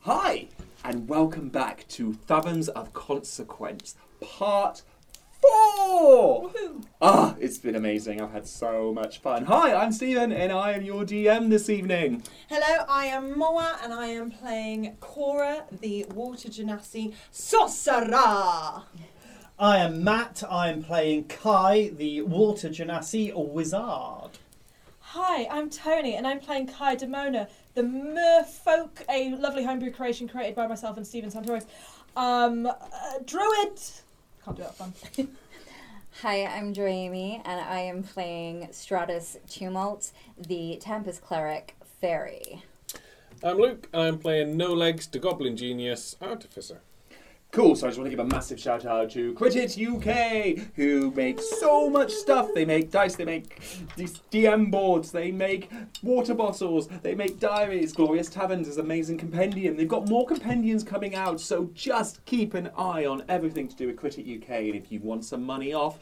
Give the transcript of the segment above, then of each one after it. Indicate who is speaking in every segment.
Speaker 1: Hi, and welcome back to Fathoms of Consequence, part four. Ah, it's been amazing. I've had so much fun. Hi, I'm Stephen, and I am your DM this evening.
Speaker 2: Hello, I am Moa and I am playing Cora, the water genasi Sorcerer.
Speaker 3: I am Matt. I am playing Kai, the water genasi or wizard.
Speaker 4: Hi, I'm Tony, and I'm playing Kai Demona, the merfolk, a lovely homebrew creation created by myself and Steven Santoris. Um, uh, druid. Can't do that fun.
Speaker 5: Hi, I'm Dreamy, and I am playing Stratus Tumult, the Tempest Cleric Fairy.
Speaker 6: I'm Luke, and I'm playing No Legs to Goblin Genius Artificer.
Speaker 1: Cool, so I just want to give a massive shout out to Crit It UK, who make so much stuff. They make dice, they make these DM boards, they make water bottles, they make diaries. Glorious Taverns is an amazing compendium. They've got more compendiums coming out, so just keep an eye on everything to do with Crit It UK. And if you want some money off,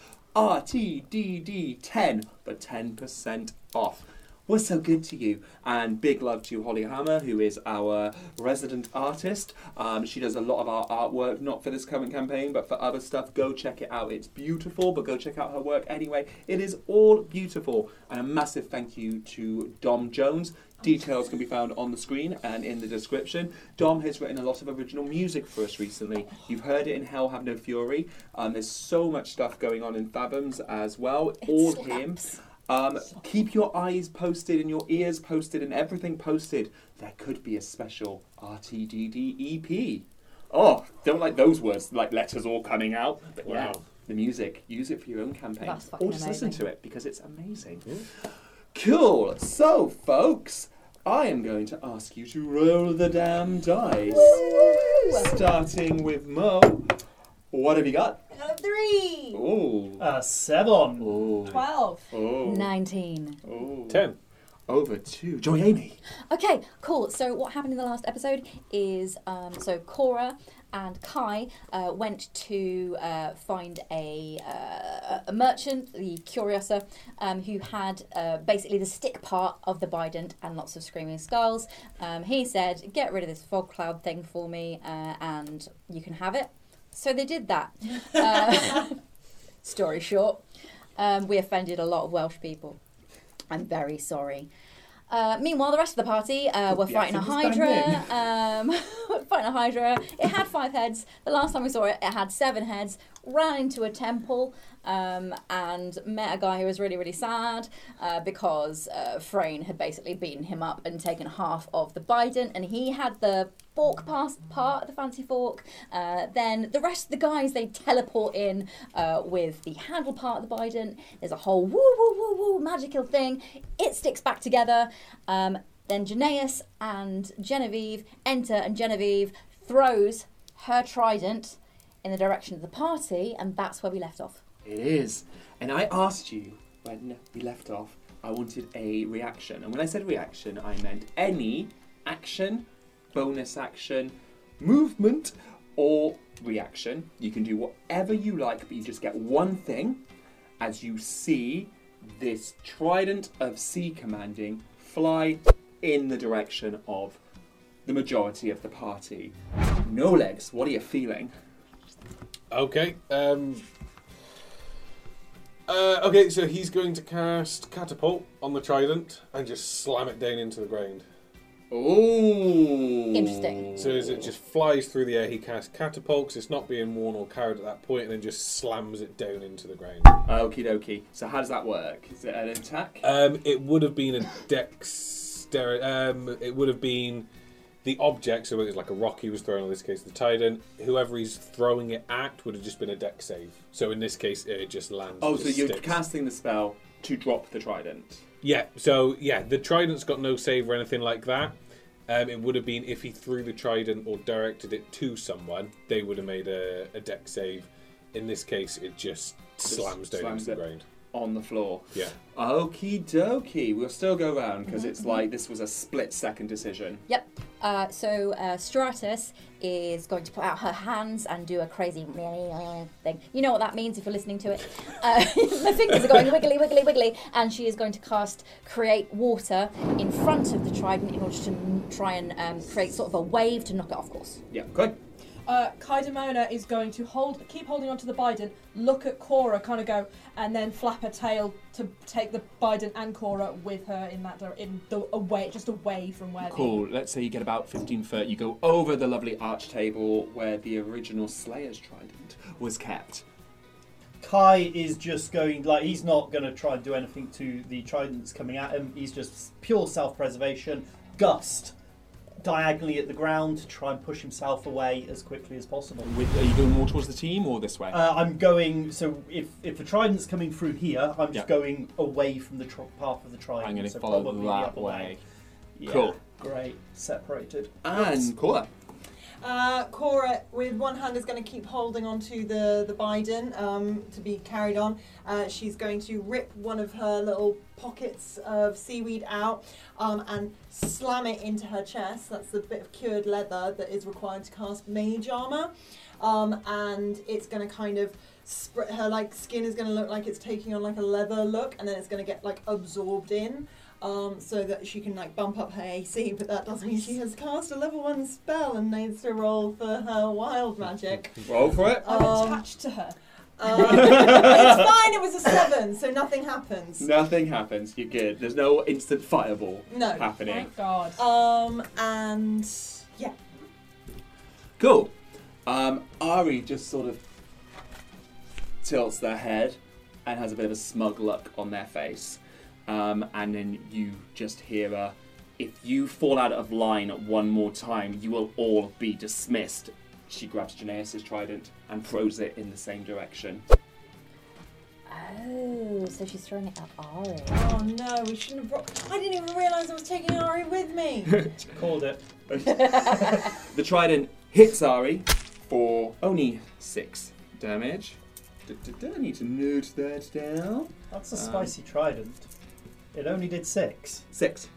Speaker 1: RTDD10 for 10% off. We're so good to you. And big love to Holly Hammer, who is our resident artist. Um, she does a lot of our artwork, not for this current campaign, but for other stuff. Go check it out. It's beautiful, but go check out her work anyway. It is all beautiful. And a massive thank you to Dom Jones. Details can be found on the screen and in the description. Dom has written a lot of original music for us recently. You've heard it in Hell Have No Fury. Um, there's so much stuff going on in Fathoms as well. all him. Um, keep your eyes posted and your ears posted and everything posted. There could be a special RTDD EP. E Oh, don't like those words, like letters all coming out. But yeah,
Speaker 6: Wow.
Speaker 1: the music, use it for your own campaign.
Speaker 5: That's fucking
Speaker 1: or just listen
Speaker 5: amazing.
Speaker 1: to it because it's amazing. Cool. So, folks, I am going to ask you to roll the damn dice. Starting with Mo. What have you got?
Speaker 2: Uh, Three.
Speaker 1: Oh.
Speaker 3: Uh, Sevon.
Speaker 1: Oh.
Speaker 4: Twelve.
Speaker 1: Oh.
Speaker 5: 19.
Speaker 1: Oh.
Speaker 6: Ten.
Speaker 1: Over to Joy Amy.
Speaker 5: Okay, cool. So, what happened in the last episode is um, so Cora and Kai uh, went to uh, find a, uh, a merchant, the Curiosa, um, who had uh, basically the stick part of the Bident and lots of screaming skulls. Um, he said, Get rid of this fog cloud thing for me uh, and you can have it. So, they did that. Uh, story short, um, we offended a lot of Welsh people. I'm very sorry. Uh, meanwhile, the rest of the party uh, were
Speaker 1: Yeah,
Speaker 5: fighting a
Speaker 1: so just bang
Speaker 5: hydra. Um, were fighting a hydra. It had five heads. The last time we saw it, it had seven heads. Ran into a temple um, and met a guy who was really, really sad uh, because uh, Frayne had basically beaten him up and taken half of the Biden, and he had the fork pass part, the fancy fork. Uh, then the rest of the guys they teleport in uh, with the handle part of the Biden. There's a whole woo woo woo woo magical thing. It sticks back together. Um, then Janaeus and Genevieve enter, and Genevieve throws her trident in the direction of the party, and that's where we left off.
Speaker 1: It is. And I asked you when we left off, I wanted a reaction. And when I said reaction, I meant any action, bonus action, movement, or reaction. You can do whatever you like, but you just get one thing as you see this trident of sea commanding fly in the direction of the majority of the party. No legs, what are you feeling?
Speaker 6: Okay. Um, uh, okay, so he's going to cast Catapult on the Trident and just slam it down into the ground.
Speaker 1: Oh.
Speaker 5: Interesting.
Speaker 6: So as it just flies through the air, he casts Catapult 'cause it's not being worn or carried at that point, and then just slams it down into the ground.
Speaker 1: Okie dokie. So how does that work? Is it an attack?
Speaker 6: Um, it would have been a dexterity. Um, it would have been the object, so it was like a rock he was throwing, in this case the Titan. Whoever he's throwing it at would have just been a deck save. So in this case, it just lands.
Speaker 1: oh,
Speaker 6: it
Speaker 1: so
Speaker 6: just
Speaker 1: you're
Speaker 6: sticks.
Speaker 1: casting the spell to drop the trident.
Speaker 6: Yeah, so yeah, the Trident's got no save or anything like that. Um, it would have been if he threw the Trident or directed it to someone, they would have made a, a deck save. In this case, it just slams down
Speaker 1: slams
Speaker 6: into the
Speaker 1: it.
Speaker 6: ground.
Speaker 1: on the floor.
Speaker 6: Yeah.
Speaker 1: Okie dokie. We'll still go round because it's like this was a split second decision.
Speaker 5: Yep. Uh, so uh, Stratus is going to put out her hands and do a crazy thing. You know what that means if you're listening to it. Uh, my fingers are going wiggly, wiggly, wiggly, and she is going to cast create water in front of the trident in order to n- try and um, create sort of a wave to knock it off course.
Speaker 1: Yeah, good.
Speaker 4: Uh, Kaidamona is going to hold, keep holding onto the Biden, look at Cora, kind of go, and then flap her tail to take the Biden and Cora with her in that dir- in the away, just away from where.
Speaker 1: Cool. Let's say you get about 15 foot. You go over the lovely arch table where the original Slayer's trident was kept.
Speaker 3: Kai is just going like he's not going to try and do anything to the trident that's coming at him. He's just pure self-preservation. Gust diagonally at the ground to try and push himself away as quickly as possible.
Speaker 1: With, are you going more towards the team or this way?
Speaker 3: Uh, I'm going. So if if the trident's coming through here, I'm just
Speaker 1: Yeah.
Speaker 3: going away from the tr- path of the trident.
Speaker 1: I'm going to
Speaker 3: so
Speaker 1: follow
Speaker 3: probably the
Speaker 1: that
Speaker 3: other
Speaker 1: way.
Speaker 3: Yeah,
Speaker 1: Cool.
Speaker 3: Great. Separated.
Speaker 1: And Cora.
Speaker 2: Uh, Cora, with one hand, is going to keep holding onto the the Biden um, to be carried on. Uh, she's going to rip one of her little pockets of seaweed out um, and slam it into her chest. That's the bit of cured leather that is required to cast mage armor, um, and it's going to kind of. Sp- her like skin is going to look like it's taking on like a leather look, and then it's going to get like absorbed in, um, so that she can like bump up her AC, but that doesn't mean she has cast a level one spell and needs to roll for her wild magic.
Speaker 1: Roll for it.
Speaker 4: I'm
Speaker 2: Um,
Speaker 4: attached to her.
Speaker 2: Um, it's fine. It was a seven, so nothing happens.
Speaker 1: Nothing happens. You're good. There's no instant fireball
Speaker 2: No.
Speaker 1: happening.
Speaker 4: Thank God.
Speaker 2: Um, and yeah,
Speaker 1: Cool. Um, Ari just sort of tilts their head and has a bit of a smug look on their face. Um, and then you just hear a, if you fall out of line one more time, you will all be dismissed. She grabs Janaeus' trident and throws it in the same direction.
Speaker 5: Oh, so she's throwing it at Ari.
Speaker 2: oh no, we shouldn't have brought. I didn't even realise I was taking Ari with me.
Speaker 3: Called it.
Speaker 1: The trident hits Ari for only six damage. Du- du- du, I need to note that down.
Speaker 3: That's a
Speaker 1: Um,
Speaker 3: spicy trident. It only did six.
Speaker 1: Six.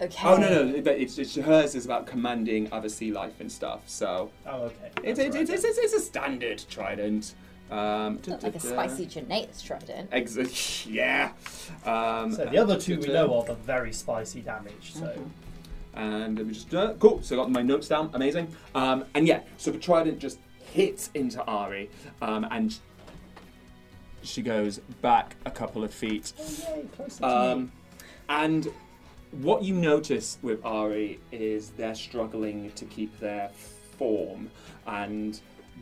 Speaker 5: Okay.
Speaker 1: Oh no no! But it's, it's hers is about commanding other sea life and stuff. So
Speaker 3: Oh, okay.
Speaker 1: it's
Speaker 3: That's
Speaker 1: it's,
Speaker 3: right.
Speaker 1: it's, it's, it's a standard trident. Um,
Speaker 5: It's not like a spicy Janae's trident.
Speaker 1: Ex- yeah. Um,
Speaker 3: So the other two we
Speaker 1: da-da.
Speaker 3: know of are very spicy damage. So
Speaker 1: Mm-hmm. And let me just uh, cool. So I got my notes down. Amazing. Um, and yeah, so the trident just hits into Ari, um, and she goes back a couple of feet,
Speaker 3: oh, yay, closer to me.
Speaker 1: Um, and what you notice with Ari is they're struggling to keep their form, and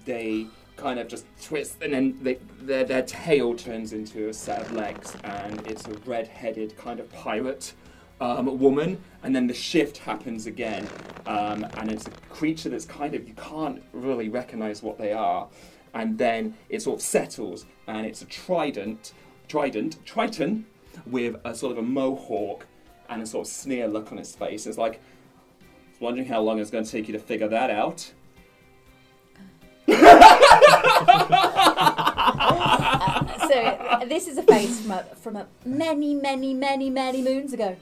Speaker 1: they kind of just twist, and then they, their their tail turns into a set of legs, and it's a red-headed kind of pirate. Um, woman, and then the shift happens again, um, and it's a creature that's kind of you can't really recognize what they are, and then it sort of settles, and it's a trident, trident, triton, with a sort of a mohawk and a sort of sneer look on his face. It's like, I was wondering how long it's going to take you to figure that out.
Speaker 5: so this is a face from a, from a many, many, many, many moons ago.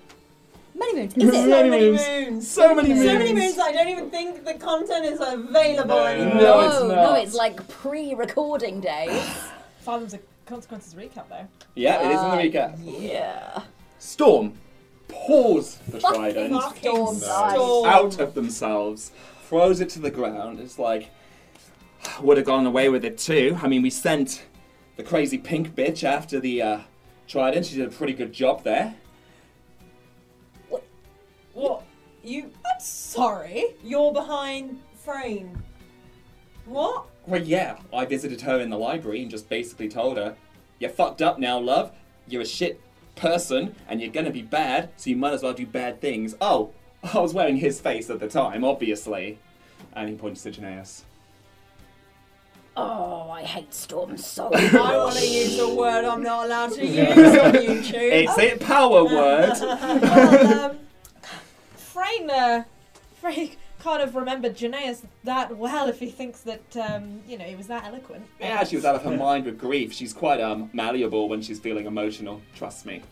Speaker 5: Many moons. Is
Speaker 2: So
Speaker 5: it?
Speaker 1: Many
Speaker 2: many,
Speaker 1: moons.
Speaker 2: moons.
Speaker 1: So many
Speaker 2: So many
Speaker 1: moons.
Speaker 2: moons. that I don't even think the content is available
Speaker 3: No.
Speaker 2: anymore.
Speaker 1: No, it's
Speaker 5: no,
Speaker 1: not.
Speaker 5: it's like pre-recording days.
Speaker 4: Fathoms of consequences recap though.
Speaker 1: Yeah, it is
Speaker 5: Uh,
Speaker 1: in the recap.
Speaker 5: Yeah.
Speaker 1: Storm pause the trident
Speaker 5: Fucking storm
Speaker 6: No.
Speaker 5: died.
Speaker 2: storm.
Speaker 1: out of themselves, throws it to the ground. It's like, would have gone away with it too. I mean, we sent the crazy pink bitch after the uh, trident. She did a pretty good job there.
Speaker 2: What? You?
Speaker 4: I'm sorry.
Speaker 2: You're behind frame. What?
Speaker 1: Well, yeah, I visited her in the library and just basically told her, You're fucked up now, love. You're a shit person and you're gonna be bad, so you might as well do bad things. Oh, I was wearing his face at the time, obviously. And he points to Janaeus.
Speaker 5: Oh, I hate storms so
Speaker 2: I
Speaker 5: much.
Speaker 2: want to use a word I'm not allowed to use on YouTube.
Speaker 1: It's a power word!
Speaker 4: Well, um, Freyna, Frey, kind of remembered Janaeus that well if he thinks that, um, you know, he was that eloquent.
Speaker 1: Yeah, she was out of her mind with grief. She's quite um, malleable when she's feeling emotional. Trust me.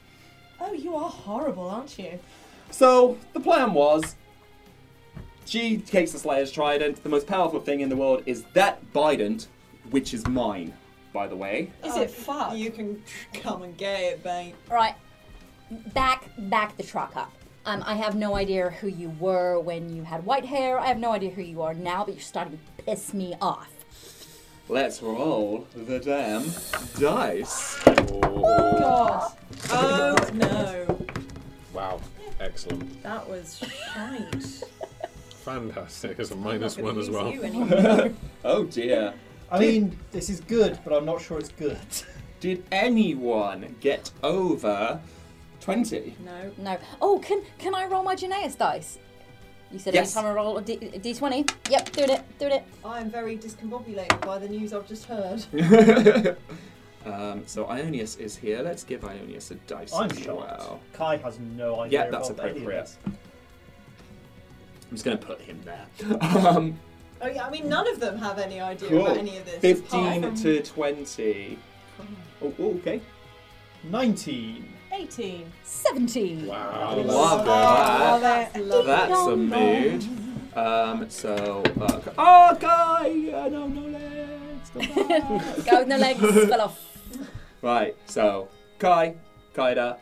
Speaker 4: Oh, you are horrible, aren't you?
Speaker 1: So the plan was, she takes the Slayer's trident. The most powerful thing in the world is that bident, which is mine, by the way.
Speaker 4: Is
Speaker 2: Oh,
Speaker 4: it fuck?
Speaker 2: You can come and get it, babe.
Speaker 5: Right, back back the truck up. Um, I have no idea who you were when you had white hair. I have no idea who you are now, but you're starting to piss me off.
Speaker 1: Let's roll the damn dice.
Speaker 4: God.
Speaker 2: Oh no,
Speaker 6: Wow, excellent.
Speaker 2: that was shite.
Speaker 6: Fantastic. It's a
Speaker 2: I'm
Speaker 6: minus
Speaker 2: not gonna
Speaker 6: one as
Speaker 2: use
Speaker 6: well.
Speaker 2: you anymore.
Speaker 1: Oh dear.
Speaker 3: I mean, this is good, but I'm not sure it's good.
Speaker 1: Did anyone get over 20?
Speaker 2: no.
Speaker 5: No. Oh, can can I roll my Janaeus dice? You said
Speaker 1: Yes.
Speaker 5: every time I roll a D, a D20. Yep, doing it, doing it.
Speaker 2: I am very discombobulated by the news I've just heard.
Speaker 1: um, so Ionius is here. Let's give Ionius a dice
Speaker 3: I'm
Speaker 1: as
Speaker 3: shocked.
Speaker 1: well.
Speaker 3: Kai has no idea.
Speaker 1: Yeah, that's
Speaker 3: about any of
Speaker 1: appropriate.
Speaker 3: this.
Speaker 1: I'm just going to put him there. Um,
Speaker 2: Oh yeah, I mean none of them have any idea
Speaker 1: Cool.
Speaker 2: about any of this.
Speaker 1: 15
Speaker 2: apart
Speaker 1: to 20. Oh, oh, okay.
Speaker 3: 19.
Speaker 4: 18.
Speaker 5: 17.
Speaker 6: Wow.
Speaker 1: Love
Speaker 6: that's good.
Speaker 4: Oh,
Speaker 1: that.
Speaker 2: Uh, That's lovely.
Speaker 1: That's a mood. Um, so, uh, oh, guy, I don't know legs. Come on.
Speaker 5: Go with no legs, fell off.
Speaker 1: right, so Kai, Kaida,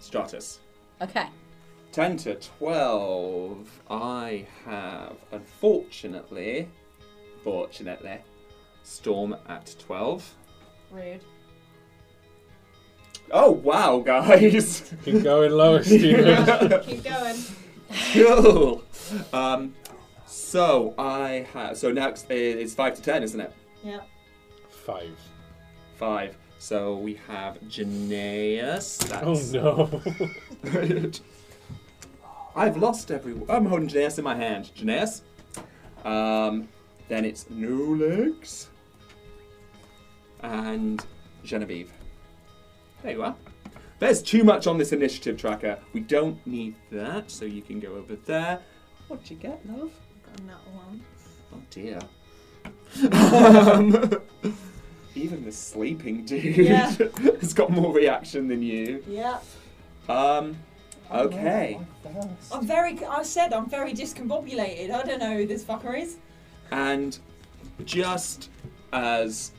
Speaker 1: Stratus.
Speaker 5: Okay.
Speaker 1: 10 to 12. I have, unfortunately, fortunately, Storm at 12.
Speaker 4: Rude.
Speaker 1: Oh, wow, guys.
Speaker 6: Keep going lower, Stephen.
Speaker 2: Keep going.
Speaker 1: cool. Um, so I have, so next is it's 5 to 10, isn't it?
Speaker 2: Yeah.
Speaker 6: Five.
Speaker 1: Five. So we have Janaeus.
Speaker 6: Oh
Speaker 1: That's
Speaker 6: no.
Speaker 1: I've lost every. I'm holding Janaeus in my hand. Janaeus. Um, then it's No Legs. And Genevieve. There you are. There's too much on this initiative tracker. We don't need that, so you can go over there. What'd you get, love?
Speaker 2: Got that one.
Speaker 1: Oh dear. um, even the sleeping dude
Speaker 2: Yeah.
Speaker 1: has got more reaction than you.
Speaker 2: Yeah.
Speaker 1: Um, okay.
Speaker 3: Oh,
Speaker 2: I'm very. I said I'm very discombobulated. I don't know who this fucker is.
Speaker 1: And just as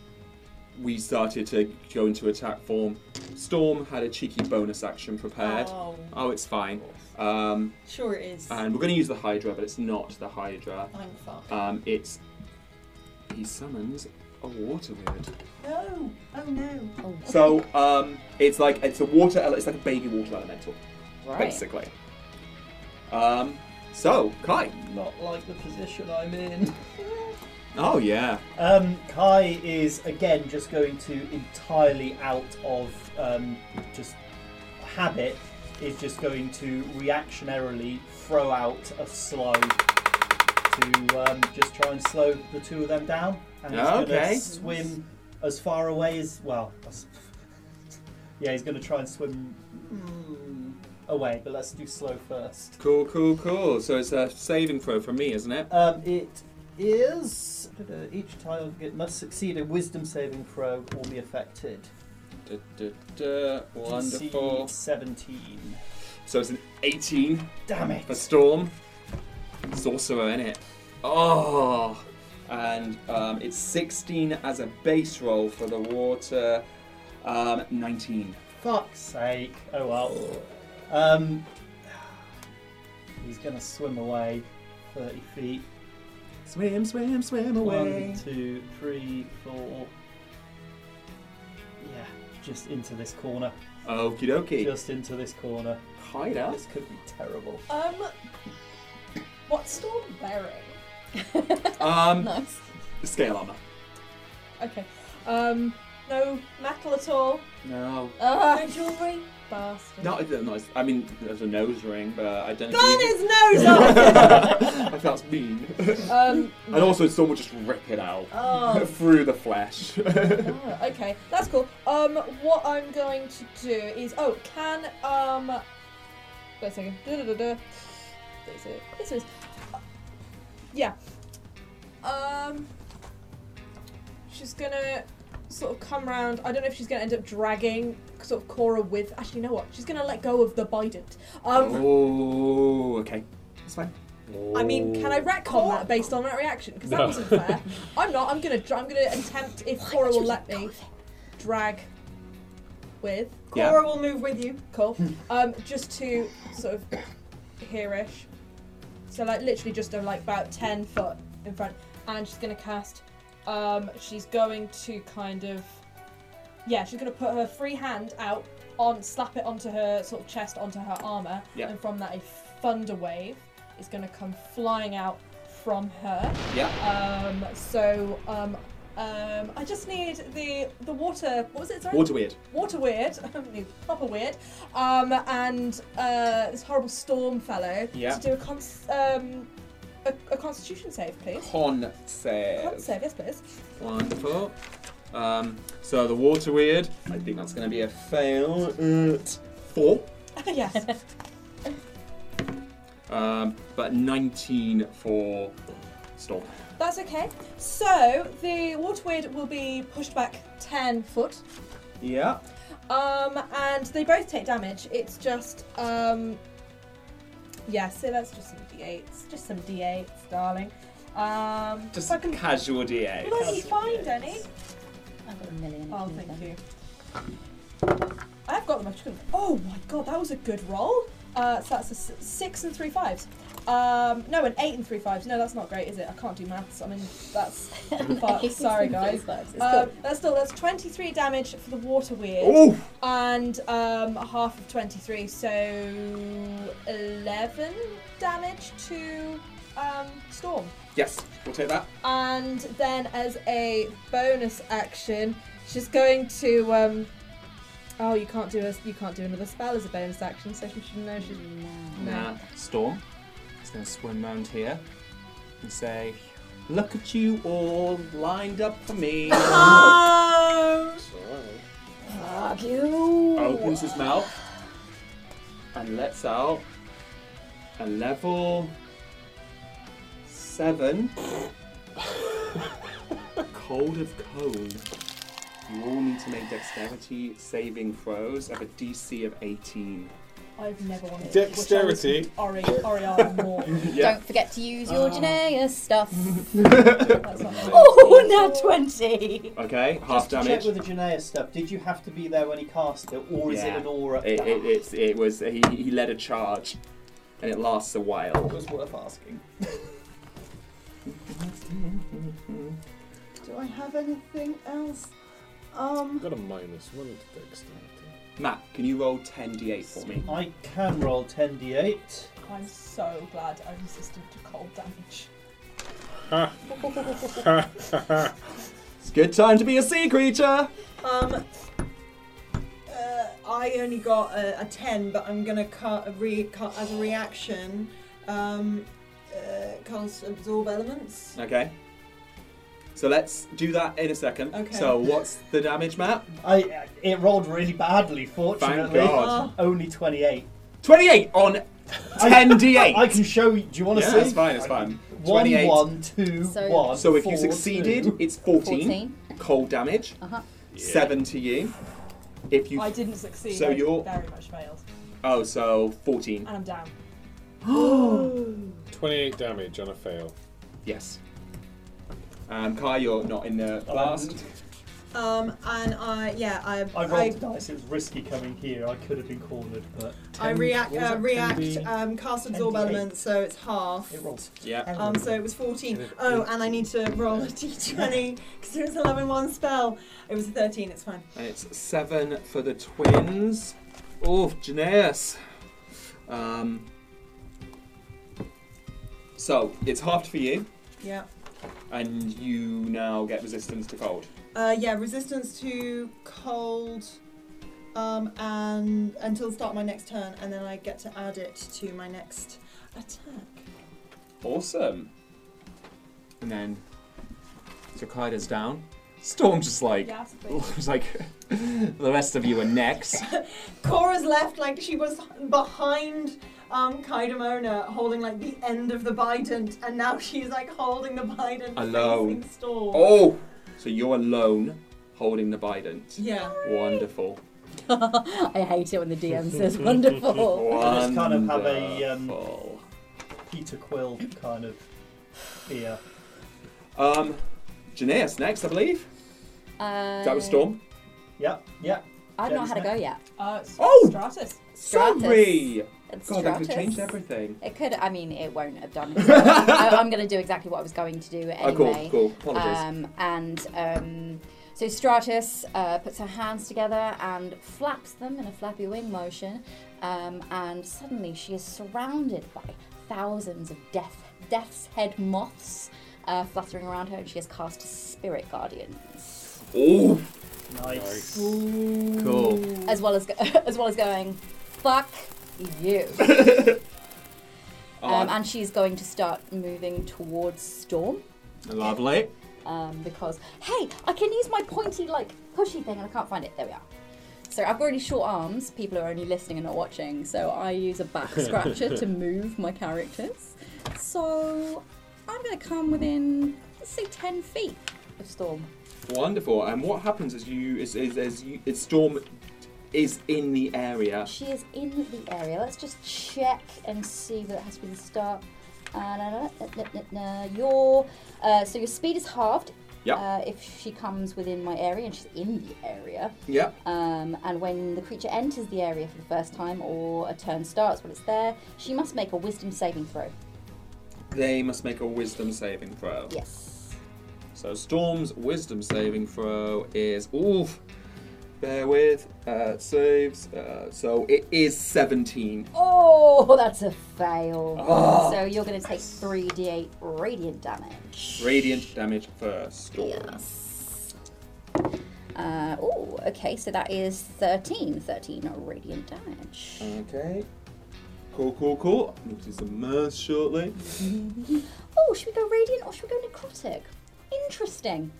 Speaker 1: we started to go into attack form, Storm had a cheeky bonus action prepared.
Speaker 2: Oh,
Speaker 1: Oh, it's fine. Um,
Speaker 2: sure it is.
Speaker 1: and we're going to use the Hydra, but it's not the Hydra.
Speaker 2: I'm fucked.
Speaker 1: Um, it's. He summons a water wizard.
Speaker 2: No. Oh no.
Speaker 5: Oh,
Speaker 1: So um, it's like it's a water. ele- It's like a baby water elemental,
Speaker 5: right.
Speaker 1: basically. Um, so Kai.
Speaker 3: Not like the position I'm in.
Speaker 1: Oh yeah.
Speaker 3: Um, Kai is again just going to entirely out of um, just habit, is just going to reactionarily throw out a slow to um, just try and slow the two of them down. And he's
Speaker 1: Okay.
Speaker 3: going to swim as far away as well. as- Yeah, he's going to try and swim mm, away, but let's do slow first.
Speaker 1: Cool, cool, cool. So it's a saving throw from me, isn't it?
Speaker 3: Um, it is. Each target must succeed a wisdom saving throw or be affected.
Speaker 1: Duh, duh, duh.
Speaker 3: DC
Speaker 1: Wonderful.
Speaker 3: 17.
Speaker 1: So it's an 18
Speaker 3: Damn
Speaker 1: for
Speaker 3: it.
Speaker 1: Storm. Sorcerer in it. Oh. And um, it's 16 as a base roll for the water. Um, 19.
Speaker 3: Fuck's sake. Oh well. Um, he's gonna swim away 30 feet.
Speaker 1: Swim, swim, swim away.
Speaker 3: One, two, three, four. Yeah, just into this corner.
Speaker 1: Okie dokie.
Speaker 3: Just into this corner.
Speaker 1: Kaida.
Speaker 3: This could be terrible.
Speaker 4: Um, what's Storm wearing?
Speaker 1: Um,
Speaker 5: Nice.
Speaker 1: Scale armor.
Speaker 4: Okay. Um, no metal at all.
Speaker 1: No.
Speaker 4: Uh, no jewellery. Bastard.
Speaker 1: No, it's not. I mean, there's a nose ring, but I don't.
Speaker 2: Burn
Speaker 1: believe-
Speaker 2: his nose off.
Speaker 1: If that's mean.
Speaker 4: Um,
Speaker 1: and also, someone just rip it out
Speaker 2: oh.
Speaker 1: through the flesh.
Speaker 4: Ah, okay, that's cool. Um, what I'm going to do is oh, can um, wait a second. Da-da-da-da. This is this is. Yeah. Um, she's gonna sort of come round. I don't know if she's gonna end up dragging sort of Cora with. Actually, you know what? She's gonna let go of the Bident. Um,
Speaker 1: Oh, okay. That's fine.
Speaker 4: I mean, can I retcon that based Oh, on that reaction? Because that
Speaker 6: No.
Speaker 4: wasn't fair. I'm not. I'm gonna. dra- I'm gonna attempt if Cora will let me drag with.
Speaker 1: Yeah.
Speaker 2: Cora will move with you.
Speaker 4: Cool. Um, just to sort of hereish. So like literally just uh, like about ten foot in front, and she's gonna cast. Um, she's going to kind of, yeah, she's gonna put her free hand out on, slap it onto her sort of chest, onto her armor,
Speaker 1: Yeah.
Speaker 4: and from that a thunder wave is gonna come flying out from her.
Speaker 1: Yeah.
Speaker 4: Um, so um, um, I just need the the water. What was it? Sorry.
Speaker 1: Water weird.
Speaker 4: Water weird, new proper weird, um, and uh, this horrible storm fellow
Speaker 1: Yeah.
Speaker 4: to do a, cons- um, a, a Constitution save, please.
Speaker 1: Con
Speaker 4: Con
Speaker 1: says.
Speaker 4: save, yes, please.
Speaker 1: Wonderful. Um, so the water weird. I think that's going to be a fail. Uh, Four.
Speaker 4: yes.
Speaker 1: Um, but 19 for storm.
Speaker 4: That's okay. So the water weird will be pushed back ten foot,
Speaker 1: Yeah.
Speaker 4: um, and they both take damage. It's just um, yeah. So that's just some d8s, just some d8s, darling. Um,
Speaker 1: Just
Speaker 4: if I can
Speaker 1: casual DA.
Speaker 4: bloody find any.
Speaker 5: I've got a million.
Speaker 4: Oh,
Speaker 5: of these
Speaker 4: thank
Speaker 5: then.
Speaker 4: you. I've got them. I just couldn't- Oh my god, that was a good roll. Uh, so that's a s- six and three fives. Um, no, an eight and three fives. No, that's not great, is it? I can't do maths. I mean, that's fuck. Sorry, guys.
Speaker 5: It's
Speaker 4: Um,
Speaker 5: cool.
Speaker 4: that's still that's 23 damage for the water weird
Speaker 1: Oh!
Speaker 4: and um, half of 23, so 11 damage to um, storm.
Speaker 1: Yes, we'll take that.
Speaker 4: And then as a bonus action, she's going to um Oh, you can't do a you can't do another spell as a bonus action, so she should know she's
Speaker 1: Nah.
Speaker 7: Storm is going to swim round here and say, Look at you all lined up for me.
Speaker 3: Oh.
Speaker 5: Fuck you.
Speaker 1: Opens his mouth and lets out a level seven cold of cone. You all need to make dexterity saving throws of a DC of 18.
Speaker 4: I've never wanted
Speaker 6: Dexterity.
Speaker 4: Ori Oriana more.
Speaker 5: Don't forget to use
Speaker 1: Ah.
Speaker 5: your Janaea stuff.
Speaker 4: That's not
Speaker 5: oh, now 20.
Speaker 1: Okay, half
Speaker 3: Just to
Speaker 1: damage.
Speaker 3: check with the Janaea stuff, did you have to be there when he cast it, or is it
Speaker 1: Yeah.
Speaker 3: an aura?
Speaker 1: It, it, it's it was he, he led a charge, and it lasts a while.
Speaker 3: was worth asking. Do I have anything else? Um,
Speaker 6: Got a minus one to dexterity.
Speaker 1: Matt, can you roll 10d8 for me?
Speaker 3: I can roll 10d8.
Speaker 4: I'm so glad I resisted to cold damage.
Speaker 1: It's a good time to be a sea creature.
Speaker 2: Um, uh, I only got a, a ten, but I'm gonna cut a re cut as a reaction. Um, uh, cast absorb elements.
Speaker 1: Okay. So let's do that in a second.
Speaker 2: Okay.
Speaker 1: So what's the damage, Matt?
Speaker 3: I it rolled really badly,
Speaker 1: Thank
Speaker 3: fortunately. Uh-huh.
Speaker 1: God.
Speaker 3: Only 28.
Speaker 1: 28 on 10d8.
Speaker 3: I can show you. Do you want to
Speaker 1: yeah,
Speaker 3: see?
Speaker 1: that's fine. It's fine.
Speaker 3: 1,
Speaker 1: 28.
Speaker 3: 1, 2,
Speaker 5: So-
Speaker 3: 1.
Speaker 1: So if you
Speaker 3: four,
Speaker 1: succeeded,
Speaker 3: two.
Speaker 1: it's 14,
Speaker 5: 14.
Speaker 1: cold damage.
Speaker 5: Uh-huh.
Speaker 1: Seven to you. If you
Speaker 4: I didn't succeed.
Speaker 1: So
Speaker 4: I
Speaker 1: you're-
Speaker 4: very much failed.
Speaker 1: oh, so 14.
Speaker 4: And I'm down.
Speaker 6: 28 damage on a fail.
Speaker 1: Yes. Um, Kai, you're not in the blast.
Speaker 2: Um, and I yeah I
Speaker 3: I rolled
Speaker 2: I,
Speaker 3: the dice. It was risky coming here. I could have been cornered, but
Speaker 2: I react
Speaker 6: what was
Speaker 2: uh,
Speaker 6: that,
Speaker 2: react
Speaker 6: 10d?
Speaker 2: um, cast absorb
Speaker 3: 10d8.
Speaker 2: elements, so it's half.
Speaker 3: it rolled.
Speaker 1: Yeah.
Speaker 2: Um, so it was 14. Oh, and I need to roll a d20 because it was a level 1 spell. It was a 13, it's fine.
Speaker 1: And it's seven for the twins. Oh, Janaeus. Um, so it's halved for you,
Speaker 2: Yeah.
Speaker 1: and you now get resistance to cold.
Speaker 2: Uh, yeah, resistance to cold um, and until the start of my next turn, and then I get to add it to my next attack.
Speaker 1: Awesome. And then, so Kaida's down. Storm just like,
Speaker 4: Yeah,
Speaker 1: was like, the rest of you are next.
Speaker 2: Cora's left, like she was behind um, Kaidamona holding like the end of the bident, and now she's like holding the bident
Speaker 1: Alone.
Speaker 2: facing storm.
Speaker 1: Oh! So you're alone holding the bident.
Speaker 2: Yeah.
Speaker 1: Wonderful.
Speaker 5: I hate it when the DM says wonderful.
Speaker 1: Wonderful.
Speaker 3: just kind of have a, um, Peter Quill kind of fear.
Speaker 1: Um, Janaeus next, I believe.
Speaker 5: Uh,
Speaker 1: that was Storm.
Speaker 3: Yeah, yeah.
Speaker 5: I've not had a go yet.
Speaker 4: Uh, s-
Speaker 1: Oh!
Speaker 4: Stratus.
Speaker 5: Stratus.
Speaker 1: Sorry!
Speaker 5: It's
Speaker 1: God, that could
Speaker 5: Stratus.
Speaker 1: have changed everything.
Speaker 5: It could. I mean, it won't have done. It. I, I'm going to do exactly what I was going to do anyway.
Speaker 1: Oh, cool, cool. Apologies.
Speaker 5: Um, and um, so Stratus uh, puts her hands together and flaps them in a flappy wing motion, um, and suddenly she is surrounded by thousands of death, death's head moths uh, fluttering around her, and she has cast Spirit Guardians,
Speaker 1: oh!
Speaker 3: Nice.
Speaker 5: um,
Speaker 7: Cool.
Speaker 5: as well as go- as well as going, fuck you. Um, and she's going to start moving towards Storm.
Speaker 7: Oh, Lovely.
Speaker 5: um, because hey, I can use my pointy like pushy thing and I can't find it. There we are. So I've got really short arms. People are only listening and not watching. So I use a back scratcher to move my characters. So I'm going to come within let's say ten feet of Storm.
Speaker 1: Wonderful. And what happens is you is is, is, you, is Storm is in the area.
Speaker 5: She is in the area. Let's just check and see whether it has been start. Uh, na- na- na- na- na- na. Your uh, so your speed is halved.
Speaker 1: Yep.
Speaker 5: Uh, if she comes within my area and she's in the area,
Speaker 1: Yep.
Speaker 5: Um, and when the creature enters the area for the first time or a turn starts when it's there, she must make a wisdom saving throw.
Speaker 1: They must make a wisdom saving throw.
Speaker 5: Yes.
Speaker 1: So Storm's wisdom saving throw is oof. Bear with. Uh, saves. Uh, so it is 17.
Speaker 5: Oh, that's a fail.
Speaker 1: Oh.
Speaker 5: so you're going to take 3d8 radiant damage.
Speaker 1: Radiant damage for Storm.
Speaker 5: Yes. Uh, oh, okay, so that is 13. 13 radiant damage.
Speaker 1: Okay. Cool, cool, cool. I need to do some math shortly.
Speaker 5: Oh, should we go radiant or should we go necrotic? Interesting.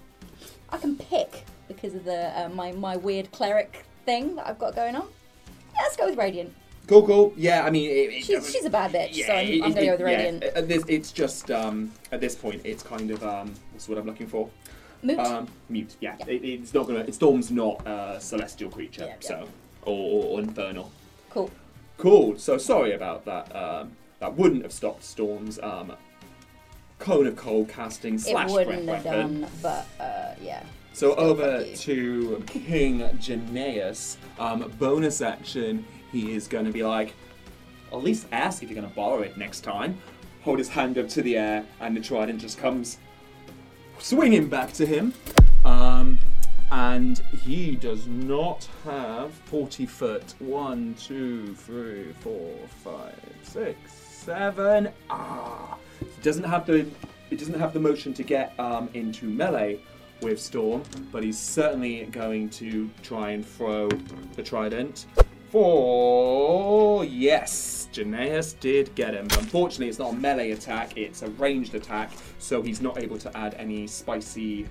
Speaker 5: I can pick because of the uh, my my weird cleric thing that I've got going on. Yeah, let's go with radiant.
Speaker 1: Cool, cool. Yeah, I mean, it, it
Speaker 5: She's
Speaker 1: doesn't-
Speaker 5: she's a bad bitch, so I'm,
Speaker 1: it-
Speaker 5: I'm gonna
Speaker 1: it-
Speaker 5: go with
Speaker 1: yeah, uh,
Speaker 5: radiant.
Speaker 1: at this, it's just um, at this point, it's kind of um, what's what I'm looking for.
Speaker 5: Moot.
Speaker 1: Um, mute. Yeah,
Speaker 5: Yeah.
Speaker 1: It, it's not gonna. It, Storm's not a celestial creature,
Speaker 5: Yeah, yeah.
Speaker 1: so Or, or, or infernal.
Speaker 5: cool.
Speaker 1: Cool. So sorry about that. Um, that wouldn't have stopped Storm's um, cone of cold casting slash
Speaker 5: It
Speaker 1: breath
Speaker 5: wouldn't have
Speaker 1: weapon.
Speaker 5: done, but uh, yeah.
Speaker 1: So
Speaker 5: Still
Speaker 1: over
Speaker 5: fuck
Speaker 1: to King Janaeus. Um, bonus action, he is going to be like, at least ask if you're going to borrow it next time. Hold his hand up to the air, and the trident just comes swinging back to him. Um, and he does not have 40 foot. One, two, three, four, five, six, seven. Ah! He doesn't have the it doesn't have the motion to get um, into melee with Storm, but he's certainly going to try and throw the trident. Four. Yes, Janaeus did get him. Unfortunately, it's not a melee attack; it's a ranged attack, so he's not able to add any spicy.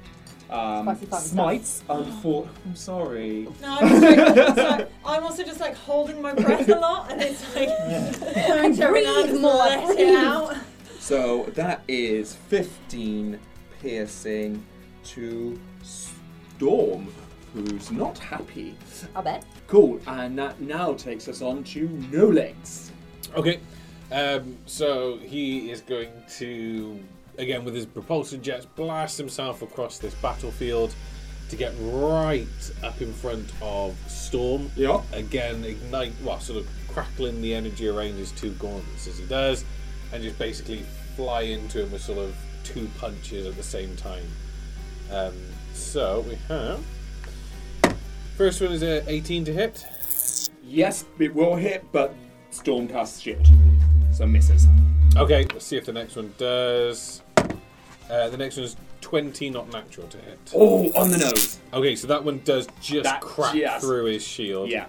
Speaker 1: Um,
Speaker 5: Spicy fun stuff.
Speaker 1: smites. Unfor- I'm sorry.
Speaker 2: No, I'm, just like, so I'm also just like holding my breath a lot, and it's like trying to
Speaker 5: Breathe
Speaker 2: relax and
Speaker 5: more,
Speaker 2: let it
Speaker 5: breathe.
Speaker 2: out.
Speaker 1: So that is 15 piercing to Storm, who's not happy.
Speaker 5: I bet.
Speaker 1: Cool, and that now takes us on to No Legs.
Speaker 6: Okay. Um, so he is going to, again, with his propulsion jets, blast himself across this battlefield to get right up in front of Storm.
Speaker 1: Yeah.
Speaker 6: Again, ignite, well, sort of crackling the energy around his two gauntlets as he does, and just basically fly into him with sort of two punches at the same time. Um, so we have. First one is a 18 to hit.
Speaker 1: Yes, it will hit, but Storm casts shield, so misses.
Speaker 6: Okay, let's see if the next one does. Uh, the next one is 20 not natural to hit.
Speaker 1: Oh, on the nose.
Speaker 6: Okay, so that one does just
Speaker 1: That
Speaker 6: crack
Speaker 1: just-
Speaker 6: through his shield.
Speaker 1: Yeah.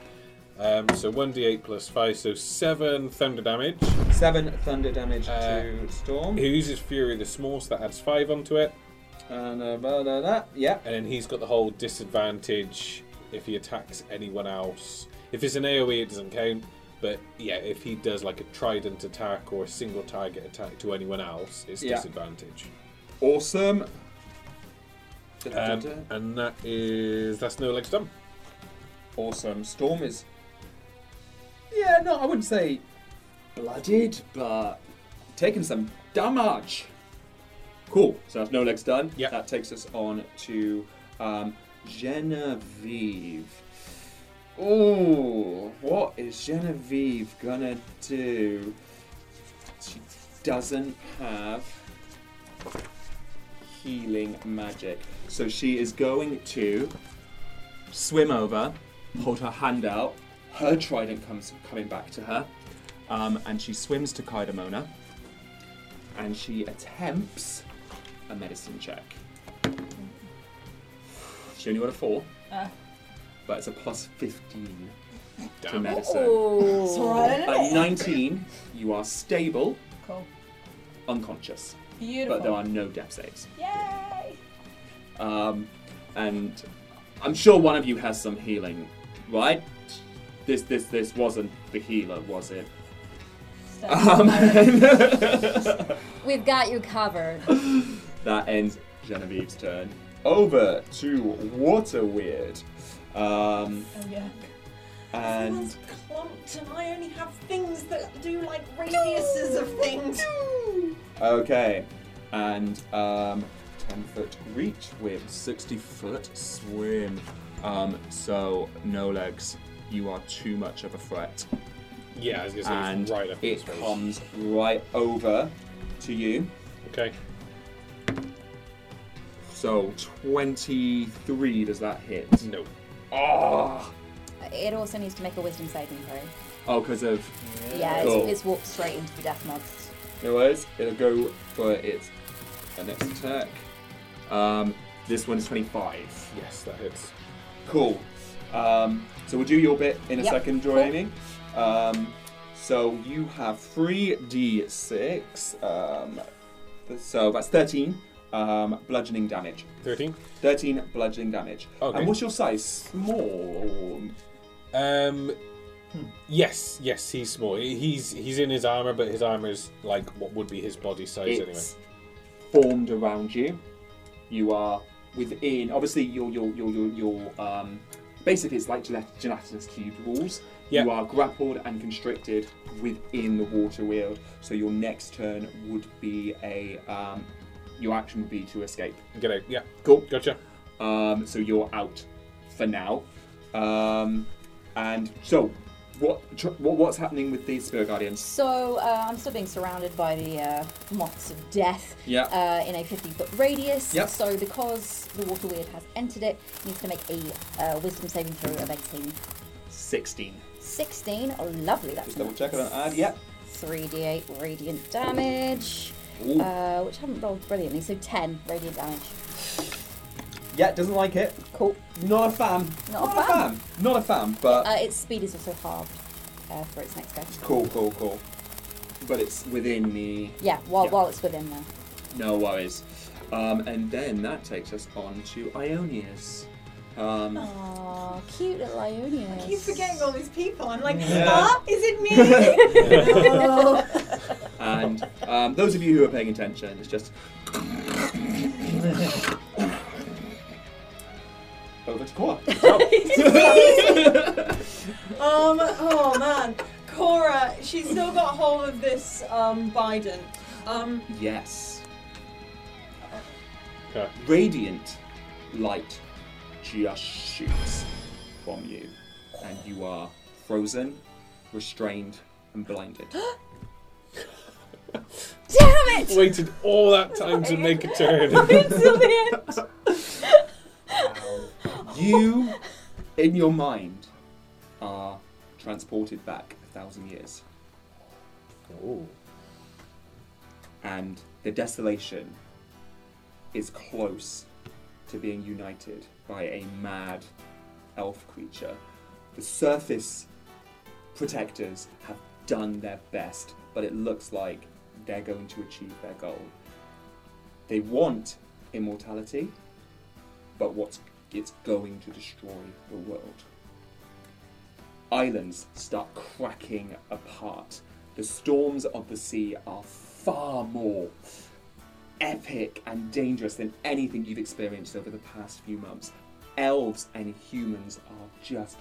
Speaker 6: Um, so 1d8 plus 5, so 7 thunder damage.
Speaker 1: Seven thunder damage
Speaker 6: Uh,
Speaker 1: to Storm.
Speaker 6: He uses Fury the Small, so that adds 5 onto it.
Speaker 1: And uh, blah, blah, blah. Yeah.
Speaker 6: And then he's got the whole disadvantage if he attacks anyone else. If it's an AoE, E, it doesn't count. But yeah, if he does like a trident attack or a single target attack to anyone else, it's
Speaker 1: Yeah.
Speaker 6: disadvantage.
Speaker 1: Awesome.
Speaker 6: Um, and that is that's no legs done.
Speaker 1: awesome. Storm is. Yeah, no, I wouldn't say blooded, but taking some damage. Cool. So that's no legs done.
Speaker 6: Yeah.
Speaker 1: That takes us on to um, Genevieve. Oh, what is Genevieve gonna do? She doesn't have healing magic, so she is going to
Speaker 7: Swim over,
Speaker 1: hold her hand out. Her trident comes coming back to her,
Speaker 7: um, and she swims to Kaidamona.
Speaker 1: and she attempts a medicine check. She only got a four,
Speaker 4: Uh.
Speaker 1: but it's a plus fifteen to
Speaker 6: Damn.
Speaker 1: medicine.
Speaker 4: It's
Speaker 5: Oh.
Speaker 4: alright, isn't
Speaker 1: At
Speaker 4: it?
Speaker 1: nineteen, you are stable,
Speaker 4: Cool.
Speaker 1: unconscious,
Speaker 4: Beautiful.
Speaker 1: but there are no death saves.
Speaker 4: Yay!
Speaker 1: Um, and I'm sure one of you has some healing, right? This this this wasn't the healer, was it?
Speaker 4: Stay.
Speaker 1: Um,
Speaker 5: We've got you covered.
Speaker 1: That ends Genevieve's turn. Over to Water Weird. Um,
Speaker 4: oh yeah.
Speaker 1: and
Speaker 2: Everyone's clumped, and I only have things that do like radiuses of things.
Speaker 1: okay, and um, ten foot reach with sixty foot.
Speaker 7: Swim. Um, so no legs. You are too much of a threat.
Speaker 6: Yeah, I was gonna say
Speaker 1: And
Speaker 6: it's right up
Speaker 1: it
Speaker 6: his face.
Speaker 1: comes right over to you.
Speaker 6: Okay.
Speaker 1: So twenty-three. Does that hit?
Speaker 6: No.
Speaker 1: Oh,
Speaker 5: It also needs to make a wisdom saving throw.
Speaker 1: oh, because of
Speaker 5: Yeah,
Speaker 1: Cool.
Speaker 5: it's, it's walked straight into the death mobs.
Speaker 1: No worries. It'll go for its uh, next attack. Um, this one's 25.
Speaker 6: Yes, that hits.
Speaker 1: Cool. Um, so we'll do your bit in a
Speaker 5: Yep.
Speaker 1: second, Joy Amy. Um, so you have 3d6. Um, th- so that's 13 um, bludgeoning damage.
Speaker 6: Thirteen.
Speaker 1: 13 bludgeoning damage.
Speaker 6: Okay.
Speaker 1: And what's your size? Small.
Speaker 6: Um. Yes, yes, he's small. He's he's in his armor, but his armor's like what would be his body size anyway.
Speaker 1: it's formed around you. You are within. Obviously, your your your your your um. Basically, it's like gelat- gelatinous cube walls.
Speaker 6: Yeah.
Speaker 1: You are grappled and constricted within the water world. So your next turn would be a um. Your action would be to escape.
Speaker 6: Get out. Yeah.
Speaker 1: Cool.
Speaker 6: Gotcha.
Speaker 1: Um. So you're out for now. Um. And so, what tr- what what's happening with these spirit guardians?
Speaker 5: So uh, I'm still being surrounded by the uh, moths of death
Speaker 1: Yeah.
Speaker 5: uh, in a 50 foot radius.
Speaker 1: Yep.
Speaker 5: So because the water weird has entered it, it needs to make a uh, wisdom saving throw of 18.
Speaker 1: Sixteen.
Speaker 5: 16. Oh, lovely. That's
Speaker 1: Just double check. I
Speaker 5: nice.
Speaker 1: don't add. Yep.
Speaker 5: 3d8 radiant damage,
Speaker 1: Ooh.
Speaker 5: uh, which I haven't rolled brilliantly, so 10 radiant damage.
Speaker 1: Yeah. Doesn't like it.
Speaker 5: Cool.
Speaker 1: Not a fan.
Speaker 5: Not a fan.
Speaker 1: Not a fan, but
Speaker 5: Uh, its speed is also halved uh, for its next go.
Speaker 1: cool, cool, cool. But it's within the
Speaker 5: Yeah, while,
Speaker 1: Yeah.
Speaker 5: while it's within there.
Speaker 1: no worries. Um, and then that takes us on to Ionius. Um,
Speaker 5: Aww, cute little Ionius.
Speaker 2: I keep forgetting all these people. I'm like,
Speaker 1: Yeah.
Speaker 2: ah, is it me?
Speaker 1: and um, those of you who are paying attention, it's just over to Cora.
Speaker 2: um, oh man, Cora, she's still got hold of this um, Biden. Um,
Speaker 1: yes,
Speaker 6: Okay.
Speaker 1: radiant light just shoots from you, and you are frozen, restrained, and blinded.
Speaker 5: Damn it!
Speaker 6: Waited all that time to make a turn.
Speaker 5: Until the end.
Speaker 1: You, in your mind, are transported back a thousand years,
Speaker 6: Ooh.
Speaker 1: and the desolation is close to being united by a mad elf creature. The surface protectors have done their best, but it looks like they're going to achieve their goal. They want immortality, but what's it's going to destroy the world. Islands start cracking apart. The storms of the sea are far more epic and dangerous than anything you've experienced over the past few months. Elves and humans are just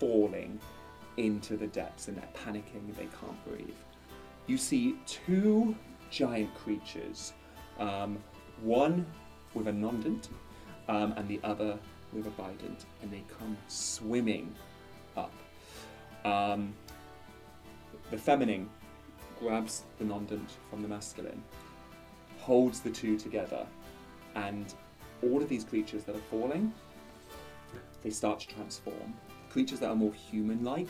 Speaker 1: falling into the depths and they're panicking, they can't breathe. You see two giant creatures, um, one with a nondant um, and the other with a bident, and they come swimming up. Um, the feminine grabs the nondant from the masculine, holds the two together, and all of these creatures that are falling, they start to transform. Creatures that are more human like,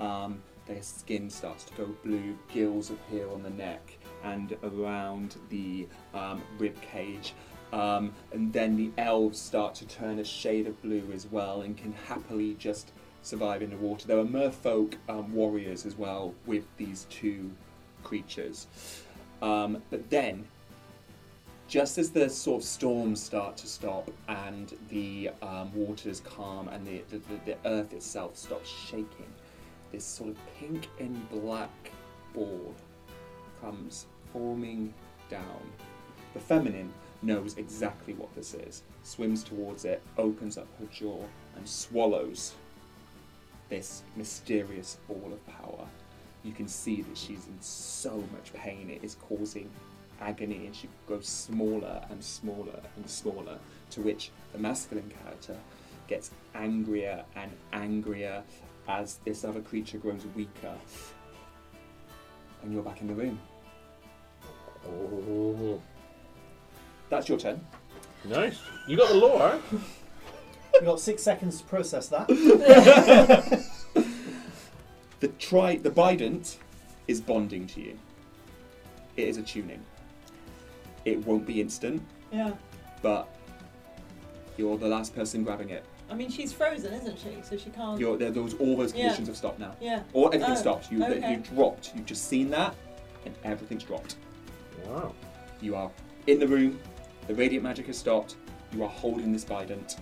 Speaker 1: um, their skin starts to go blue, gills appear on the neck and around the um, rib cage. Um, and then the elves start to turn a shade of blue as well and can happily just survive in the water. There are merfolk um, warriors as well with these two creatures. Um, but then, just as the sort of storms start to stop and the um, waters calm and the, the, the, the earth itself stops shaking, this sort of pink and black ball comes forming down. The feminine knows exactly what this is, swims towards it, opens up her jaw, and swallows this mysterious ball of power. You can see that she's in so much pain, it is causing agony, and she grows smaller and smaller and smaller. To which the masculine character gets angrier and angrier as this other creature grows weaker. And you're back in the room.
Speaker 6: Oh,
Speaker 1: That's your turn.
Speaker 6: nice. You got the lore.
Speaker 3: We've got six seconds to process that.
Speaker 1: The tri the bident is bonding to you. It is a tuning. It won't be instant,
Speaker 2: Yeah.
Speaker 1: but you're the last person grabbing it.
Speaker 2: I mean, she's frozen, isn't she? So she can't.
Speaker 1: You're, there, those all those
Speaker 2: Yeah.
Speaker 1: conditions have stopped now.
Speaker 2: yeah.
Speaker 1: Or everything
Speaker 2: Oh,
Speaker 1: stops. You that
Speaker 2: okay.
Speaker 1: you dropped. You've just seen that, and everything's dropped.
Speaker 6: Wow.
Speaker 1: You are in the room. The radiant magic has stopped. You are holding this bident,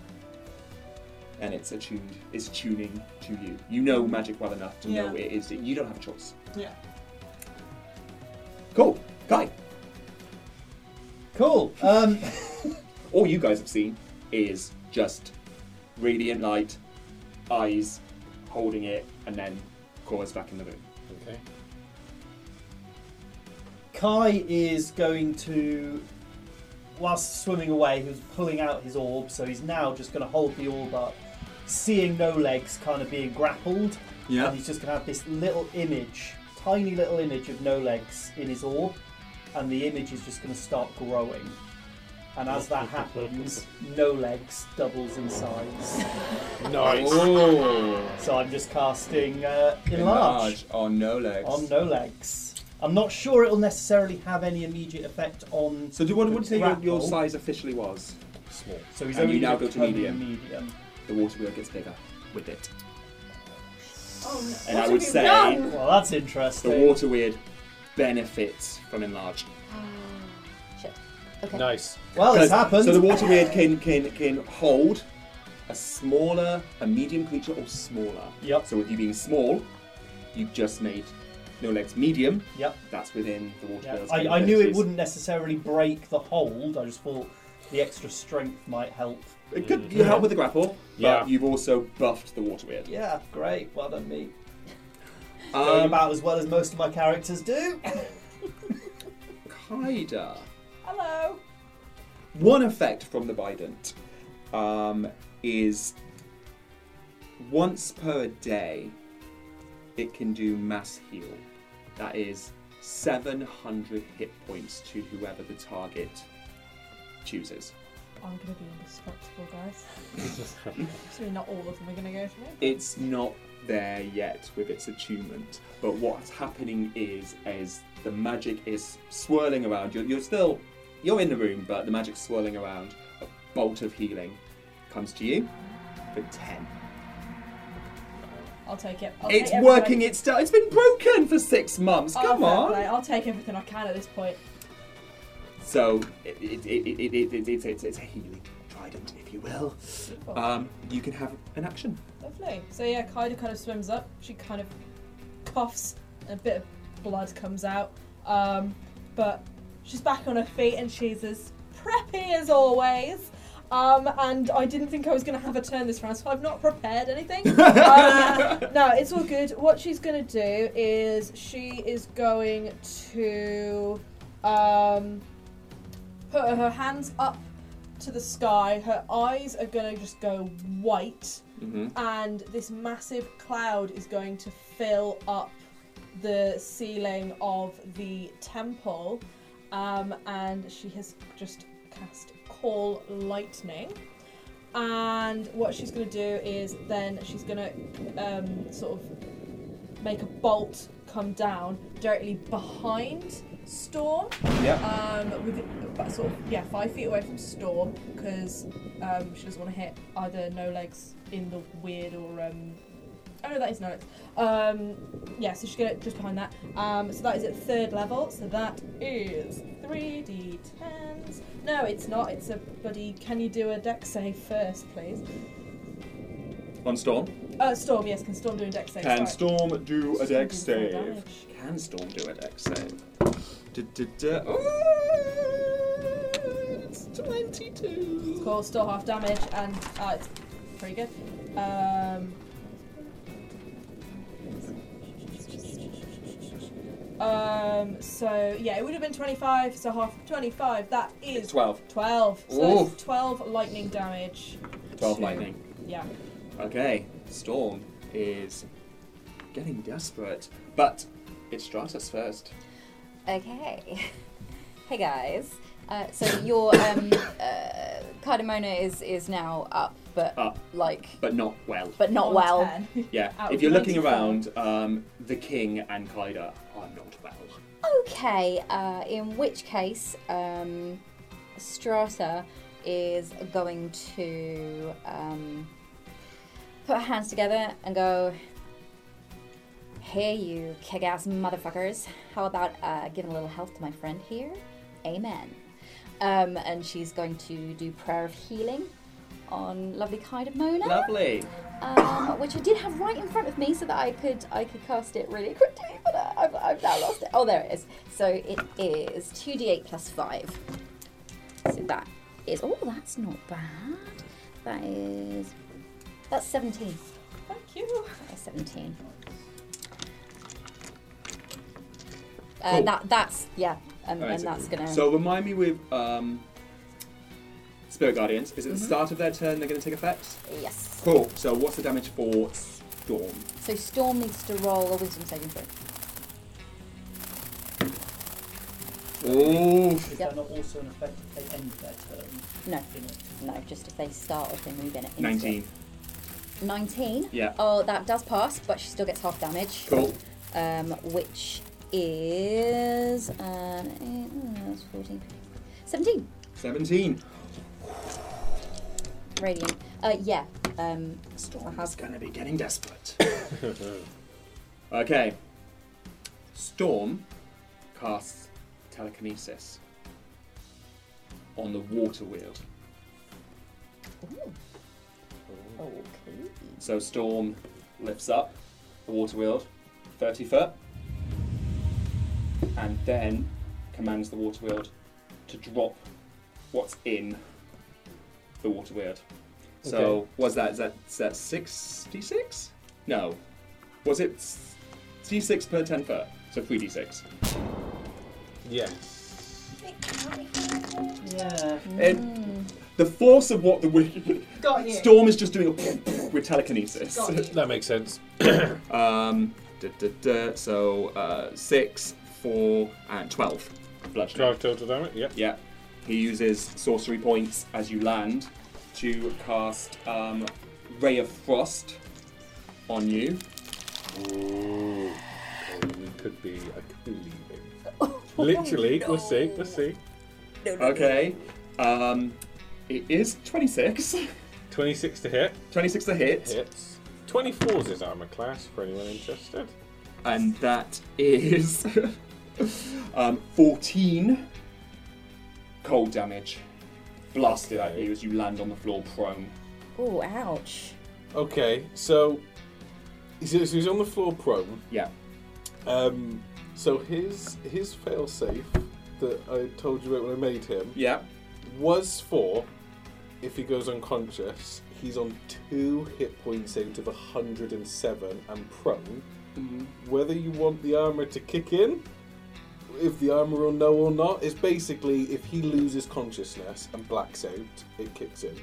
Speaker 1: and it's attuned. It's tuning to you. You know magic well enough to know
Speaker 2: Yeah.
Speaker 1: it is. You don't have a choice.
Speaker 2: Yeah.
Speaker 1: Cool, guy.
Speaker 3: Cool. Um,
Speaker 1: all you guys have seen is just radiant light, eyes holding it, and then Cora's back in the room.
Speaker 6: Okay.
Speaker 3: Kai is going to, whilst swimming away, he was pulling out his orb, so he's now just going to hold the orb up, seeing no legs kind of being grappled, and he's just going to have this little image, tiny little image of no legs in his orb, and the image is just going to start growing. And as that happens, no legs doubles in size.
Speaker 6: Nice.
Speaker 3: So I'm just casting uh, enlarge.
Speaker 7: Enlarge on Oh, no legs.
Speaker 3: on Oh, no legs. I'm not sure it'll necessarily have any immediate effect on.
Speaker 1: So, do what would you say your, your
Speaker 3: Grapple.
Speaker 1: size officially was?
Speaker 6: Small.
Speaker 3: So he's
Speaker 1: And
Speaker 3: only
Speaker 1: you now go
Speaker 3: gonna
Speaker 1: to
Speaker 3: turn
Speaker 1: medium.
Speaker 3: medium.
Speaker 1: The water wheel gets bigger with it,
Speaker 2: Oh,
Speaker 1: and I
Speaker 2: what
Speaker 1: would
Speaker 2: have you
Speaker 1: say
Speaker 2: done?
Speaker 3: Well, that's
Speaker 1: Ah! the
Speaker 3: interesting.
Speaker 1: water weird benefits from enlarge.
Speaker 5: Shit. Okay.
Speaker 6: Nice.
Speaker 3: Well, it's
Speaker 1: 'Cause-
Speaker 3: happened.
Speaker 1: So the water weird can can can hold a smaller, a medium creature or smaller.
Speaker 3: Yep.
Speaker 1: So with you being small, you've just made no legs medium.
Speaker 3: Yep.
Speaker 1: That's within the water
Speaker 3: Yeah.
Speaker 1: wheel's
Speaker 3: I, I knew it
Speaker 1: capabilities.
Speaker 3: wouldn't necessarily break the hold. I just thought the extra strength might help.
Speaker 1: It could you help with the grapple,
Speaker 6: Yeah.
Speaker 1: but you've also buffed the water weird.
Speaker 3: Yeah, great. Well done, me. Going
Speaker 1: Um,
Speaker 3: about as well as most of my characters do.
Speaker 1: Kaida.
Speaker 4: Hello.
Speaker 1: One effect from the Bident um, is once per day it can do mass heal. That is 700 hit points to whoever the target chooses.
Speaker 4: I'm gonna be indestructible, guys. Actually, not all of them are gonna go for me.
Speaker 1: It's not there yet with its attunement, but what's happening is as the magic is swirling around. You're, you're still you're in the room, but the magic's swirling around. A bolt of healing comes to you for ten.
Speaker 4: I'll take it. I'll
Speaker 1: it's
Speaker 4: take
Speaker 1: working.
Speaker 4: everything.
Speaker 1: It's do- it's been broken for six months.
Speaker 4: Oh,
Speaker 1: Come
Speaker 4: fair
Speaker 1: on.
Speaker 4: play. I'll take everything I can at this point.
Speaker 1: So it, it, it, it, it, it, it's it's it's a healing. Try trident, if you will, um, you can have an action.
Speaker 4: Lovely. So yeah, Kaida kind of swims up. She kind of coughs. A bit of blood comes out. Um, but she's back on her feet and she's as preppy as always. Um, and I didn't think I was going to have a turn this round, so I've not prepared anything. um, no, it's all good. What she's going to do is she is going to um, put her hands up to the sky. Her eyes are going to just go white
Speaker 1: Mm-hmm.
Speaker 4: and this massive cloud is going to fill up the ceiling of the temple. Um, and she has just cast Call Lightning. And what she's going to do is then she's going to um, sort of make a bolt come down directly behind Storm.
Speaker 1: Yep.
Speaker 4: Um, with but sort of yeah, five feet away from Storm because um, she doesn't want to hit either no legs in the weird or um. Oh no, that is no legs. Um, yeah, so she's gonna just behind that. Um, so that is at third level. So that is three d tens. No, it's not. It's a bloody. Can you do a deck save first, please?
Speaker 1: On storm.
Speaker 4: Uh, Storm. Yes, can Storm do a deck save?
Speaker 1: Can
Speaker 4: Sorry.
Speaker 1: storm do a
Speaker 4: She's gonna
Speaker 1: dex
Speaker 4: do full
Speaker 1: save?
Speaker 4: damage.
Speaker 1: Can storm do a dex save? Du- du- du- Ooh, It's twenty-two.
Speaker 4: Cool, still half damage, and uh, it's pretty good. Um, um, so yeah, it would have been 25, so half 25, that is
Speaker 1: 12.
Speaker 4: 12. So
Speaker 1: Oof.
Speaker 4: it's 12 lightning damage.
Speaker 1: 12
Speaker 4: to-
Speaker 1: lightning.
Speaker 4: Yeah.
Speaker 1: Okay, Storm is getting desperate, but it's Stratus first.
Speaker 5: Okay. hey guys. Uh, so your um, uh, Cardamona is is now up, but
Speaker 1: Up.
Speaker 5: like,
Speaker 1: But not well.
Speaker 5: but not
Speaker 4: On
Speaker 5: well.
Speaker 4: 10.
Speaker 1: Yeah,
Speaker 4: Out
Speaker 1: if
Speaker 4: of
Speaker 1: you're looking
Speaker 4: 94.
Speaker 1: around, um, the king and Kaida are not well.
Speaker 5: Okay. Uh, in which case, um, Strata is going to um, put her hands together and go. Hey, you kick-ass motherfuckers! How about uh, giving a little health to my friend here? Amen. Um, and she's going to do prayer of healing on lovely Kaida Mona
Speaker 1: Lovely.
Speaker 5: um, which I did have right in front of me so that I could I could cast it really quickly, but uh, I've, I've now lost it. Oh, there it is. So it is two d eight plus five. So that is oh, that's not bad. That is that's seventeen.
Speaker 4: Thank you.
Speaker 5: That is seventeen. Uh,
Speaker 1: Cool.
Speaker 5: That that's yeah, um, and
Speaker 1: Amazing.
Speaker 5: that's gonna
Speaker 1: So remind me with um, Spirit Guardians, is it
Speaker 5: Mm-hmm.
Speaker 1: the start of their turn they're going to take effect?
Speaker 5: yes.
Speaker 1: Cool. So what's the damage for Storm?
Speaker 5: So Storm needs to roll a wisdom saving throw.
Speaker 1: Ooh.
Speaker 3: Is
Speaker 5: Yep.
Speaker 3: that not also an effect if they end their turn?
Speaker 5: No,
Speaker 3: In it?
Speaker 5: no, just if they start or if they move in it.
Speaker 1: 19.
Speaker 5: 19.
Speaker 1: Yeah.
Speaker 5: Oh, that does pass, but she still gets half damage.
Speaker 1: Cool.
Speaker 5: Um, which is um, eight, oh, that's 14, 17
Speaker 1: 17.
Speaker 5: radiant. Uh, yeah. Um, Storm
Speaker 1: Storm's
Speaker 5: has.
Speaker 1: gonna be getting desperate. okay. Storm casts telekinesis on the water wheel.
Speaker 5: Ooh. oh, Okay.
Speaker 1: So Storm lifts up the water wheel, 30 foot, and then commands the water wheel to drop what's in the water wheel. So
Speaker 6: Okay.
Speaker 1: was that is that is that 66? No. Was it s- d6 per 10 foot? So 3d6.
Speaker 6: Yes.
Speaker 3: Yeah.
Speaker 1: And the force of what the wicked
Speaker 2: Mm. Got you.
Speaker 1: Storm is just doing a with telekinesis.
Speaker 2: Got you.
Speaker 6: That makes sense.
Speaker 1: Um, duh, duh, duh, so uh, six, four, and twelve. Bludgeoning.
Speaker 6: Drive total damage. Yep.
Speaker 1: Yeah. He uses sorcery points as you land to cast um, Ray of Frost on you.
Speaker 6: Ooh. It Oh, could be. I could be leaving. Literally. We'll see. We'll see.
Speaker 1: Okay. Um, it is 26.
Speaker 6: 26 to hit.
Speaker 1: 26 to hit.
Speaker 6: Hits. 24s is armor class for anyone interested.
Speaker 1: And that is um, 14 cold damage. blasted at you as you land on the floor prone.
Speaker 5: Oh, ouch.
Speaker 6: Okay, so he's, so he's on the floor prone.
Speaker 1: Yeah.
Speaker 6: Um, so his his failsafe that I told you about when I made him
Speaker 1: Yeah.
Speaker 6: was for if he goes unconscious, he's on two hit points out of 107 and prone.
Speaker 1: Mm-hmm.
Speaker 6: Whether you want the armor to kick in, if the armor will know or not, it's basically if he loses consciousness and blacks out, it kicks in.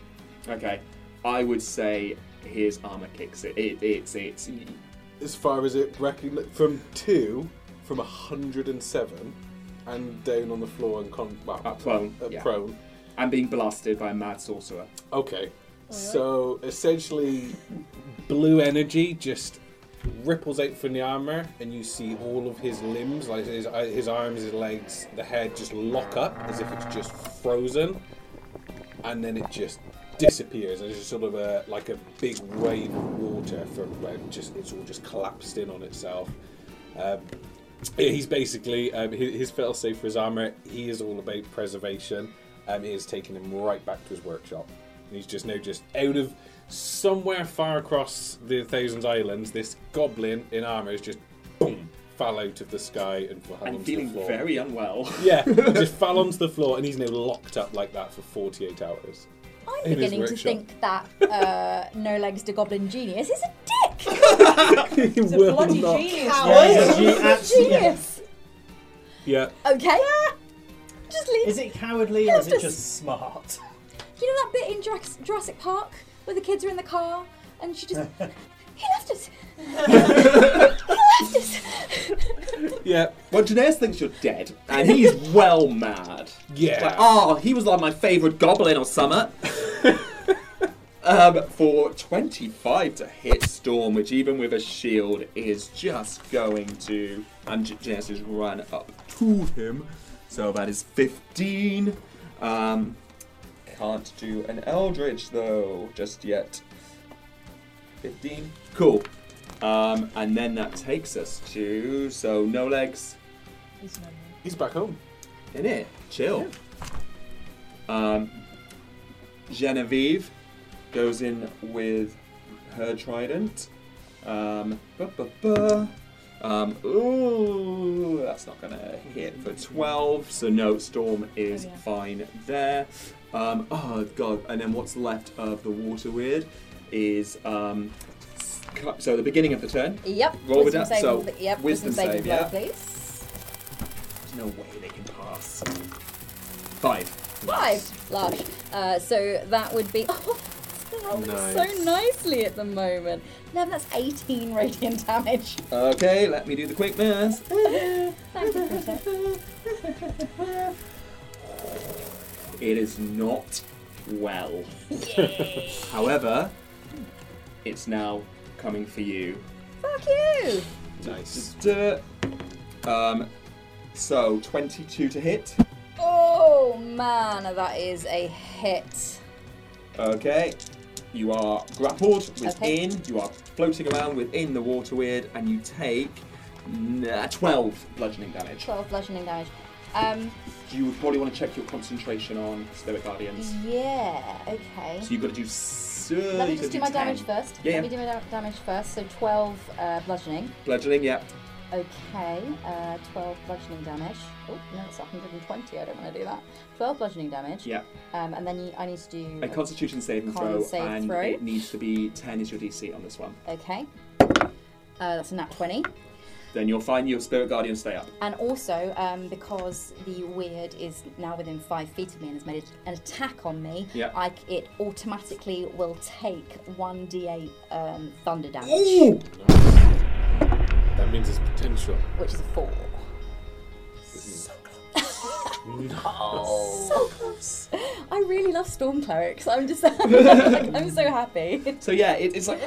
Speaker 1: Okay. I would say his armor kicks it. it it's it's
Speaker 6: as far as it recogni from two, from 107, and down on the floor and con- well,
Speaker 1: Up prone,
Speaker 6: up
Speaker 1: yeah.
Speaker 6: prone.
Speaker 1: and being blasted by a mad sorcerer.
Speaker 6: Okay, so essentially, blue energy just ripples out from the armor, and you see all of his limbs, like his uh, his arms, his legs, the head, just lock up as if it's just frozen, and then it just disappears. And it's just sort of a like a big wave of water from where it just it's all just collapsed in on itself. Um, yeah, he's basically um, his, his failsafe for his armor. He is all about preservation. Um, it is taking him right back to his workshop. And he's just now just out of somewhere far across the Thousand Islands. This goblin in armor is just boom fell out of the sky and fell
Speaker 1: And
Speaker 6: onto
Speaker 1: feeling
Speaker 6: the floor.
Speaker 1: very unwell.
Speaker 6: yeah, just fell onto the floor and he's now locked up like that for 48 hours.
Speaker 5: I'm
Speaker 6: In his
Speaker 5: beginning to
Speaker 6: workshop.
Speaker 5: think that uh, No Legs to Goblin Genius is a dick.
Speaker 6: he
Speaker 4: It's a
Speaker 6: will
Speaker 4: bloody
Speaker 6: not.
Speaker 4: genius.
Speaker 3: Yeah,
Speaker 2: What?
Speaker 3: yeah, you absolutely- yeah.
Speaker 5: Genius.
Speaker 6: Yeah,
Speaker 5: Okay. Just leave.
Speaker 3: Is it cowardly
Speaker 5: Yeah,
Speaker 3: or is
Speaker 5: it's
Speaker 3: it
Speaker 5: just-
Speaker 3: just smart?
Speaker 5: You know that bit in Jurass- Jurassic Park where the kids are in the car and she just. he left us. he left us.
Speaker 6: yeah,
Speaker 1: Well, Janaeus thinks you're dead, and he's well mad.
Speaker 6: yeah.
Speaker 1: Like, oh, he was like my favourite goblin or summer. um, for 25 to hit Storm, which even with a shield is just going to. And J- Janice has run up to him. So that is 15. Um, can't do an Eldritch though, just yet. 15. Cool. Um, and then that takes us to. So, no legs
Speaker 4: He's not-
Speaker 6: He's back home.
Speaker 1: in it. Chill. Um, Genevieve goes in with her trident. Um, ba, ba, ba. Um, ooh, that's not gonna hit for 12, so no, Storm is
Speaker 4: Oh, yeah.
Speaker 1: fine there. Um, oh god, and then what's left of the Water Weird is, um, s- so the beginning of the turn,
Speaker 5: Yep.
Speaker 1: Roll with
Speaker 5: wisdom
Speaker 1: that,
Speaker 5: saving-
Speaker 1: so
Speaker 5: yep,
Speaker 1: wisdom
Speaker 5: wisdom saving
Speaker 1: save,
Speaker 5: blow,
Speaker 1: yeah.
Speaker 5: please.
Speaker 1: there's no way they can pass. Five.
Speaker 5: Five. Large. Uh, so that would be. Oh, it's rolling so
Speaker 6: Nice.
Speaker 5: nicely at the moment. No, that's 18 radiant damage.
Speaker 1: Okay, let me do the quick math.
Speaker 5: Thank you, Peter.
Speaker 1: It is not well. However, it's now coming for you.
Speaker 5: Fuck you.
Speaker 6: Nice.
Speaker 1: Um, so 22 to hit.
Speaker 5: Oh man, that is a hit.
Speaker 1: Okay. You are grappled within,
Speaker 5: Okay.
Speaker 1: you are floating around within the water weird, and you take nah, 12 bludgeoning damage.
Speaker 5: 12 bludgeoning damage. Um,
Speaker 1: You would probably want to check your concentration on Spirit Guardians.
Speaker 5: yeah, okay.
Speaker 1: So you've got to do. s- uh,
Speaker 5: Mm. Let me
Speaker 1: you've gotta
Speaker 5: just do my
Speaker 1: 10.
Speaker 5: damage first.
Speaker 1: Yeah, yeah.
Speaker 5: Let me do my da- damage first. So 12 uh, bludgeoning.
Speaker 1: Bludgeoning, yeah.
Speaker 5: Okay, uh, 12 bludgeoning damage. Oh, no, it's 120. I don't want to do that. 12 bludgeoning damage.
Speaker 1: Yeah.
Speaker 5: Um, and then you, I need to do.
Speaker 1: A constitution saving
Speaker 5: Con
Speaker 1: throw,
Speaker 5: save
Speaker 1: and
Speaker 5: throw.
Speaker 1: it needs to be 10 is your DC on this one.
Speaker 5: Okay. Uh, that's a nat 20.
Speaker 1: Then you'll find your spirit guardian stay up.
Speaker 5: And also, um, because the weird is now within five feet of me and has made an attack on me,
Speaker 1: Yeah.
Speaker 5: I c it automatically will take 1d8 um, thunder damage,
Speaker 6: That means his potential.
Speaker 5: which is a 4. So close. I really love storm clerics. I'm just like, I'm so happy.
Speaker 1: So yeah, it, it's like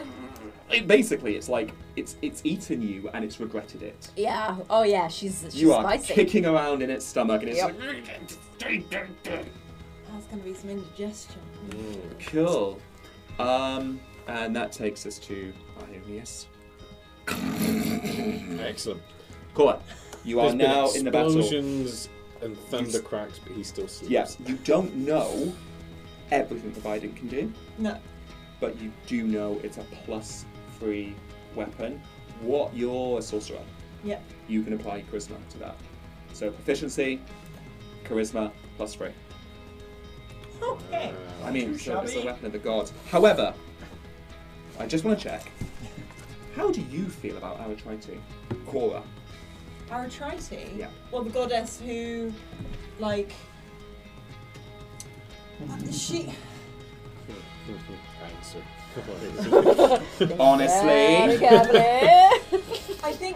Speaker 1: it- basically it's like it's it's eaten you and it's regretted it.
Speaker 5: Yeah. Oh yeah. She's, she's
Speaker 1: you are
Speaker 5: spicy.
Speaker 1: kicking around in its stomach and it's
Speaker 5: Yep.
Speaker 1: like
Speaker 2: That's going to be some indigestion.
Speaker 1: cool. Um, and that takes us to Ionius.
Speaker 6: Excellent.
Speaker 1: Cool. You are
Speaker 6: There's been
Speaker 1: now in the battle.
Speaker 6: Explosions and thunder cracks, but he still sleeps.
Speaker 1: Yes, you don't know everything the Biden can do,
Speaker 2: No.
Speaker 1: but you do know it's a plus three weapon. What you're a sorcerer.
Speaker 2: Yep.
Speaker 1: You can apply charisma to that. So proficiency, charisma, plus three.
Speaker 2: Okay.
Speaker 1: I mean, so it's a
Speaker 3: shabby.
Speaker 1: weapon of the gods. However, I just want to check. How do you feel about Aratrite? Quora.
Speaker 2: Aratrite.
Speaker 1: Yeah.
Speaker 2: Well, the goddess who, like, she.
Speaker 6: Mm-hmm. Answer.
Speaker 5: Very
Speaker 1: Honestly,
Speaker 5: carefully.
Speaker 2: I think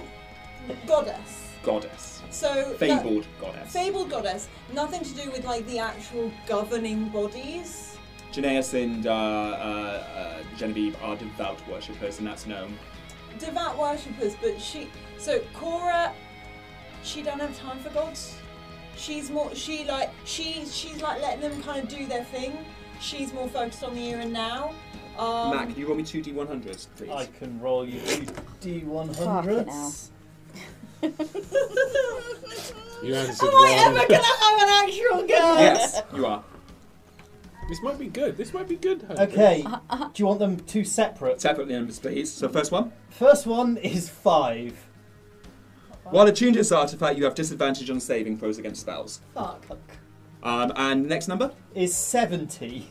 Speaker 2: goddess.
Speaker 1: goddess.
Speaker 2: So that-
Speaker 1: Fabled goddess.
Speaker 2: fabled goddess. Nothing to do with like the actual governing bodies.
Speaker 1: Janaeus and uh, uh, uh, Genevieve are devout worshippers, and that's known.
Speaker 2: devout worshippers, but she. So Cora, she don't have time for gods. She's more. She like she she's like letting them kind of do their thing. She's more focused on the here and now. Um,
Speaker 1: Mac, can you roll me two d100s, please?
Speaker 3: I can roll you two D100s.
Speaker 6: You answered
Speaker 2: Am I
Speaker 6: wrong.
Speaker 2: ever gonna have an actual girl?
Speaker 1: yes, you are.
Speaker 6: This might be good. This might be good. Hunter.
Speaker 3: Okay, do you want them two separate?
Speaker 1: Separate numbers, please. So first one.
Speaker 3: First one is five.
Speaker 1: While attuned to this artifact, you have disadvantage on saving throws against spells.
Speaker 2: Fuck.
Speaker 1: Um, and next number.
Speaker 3: Is 70.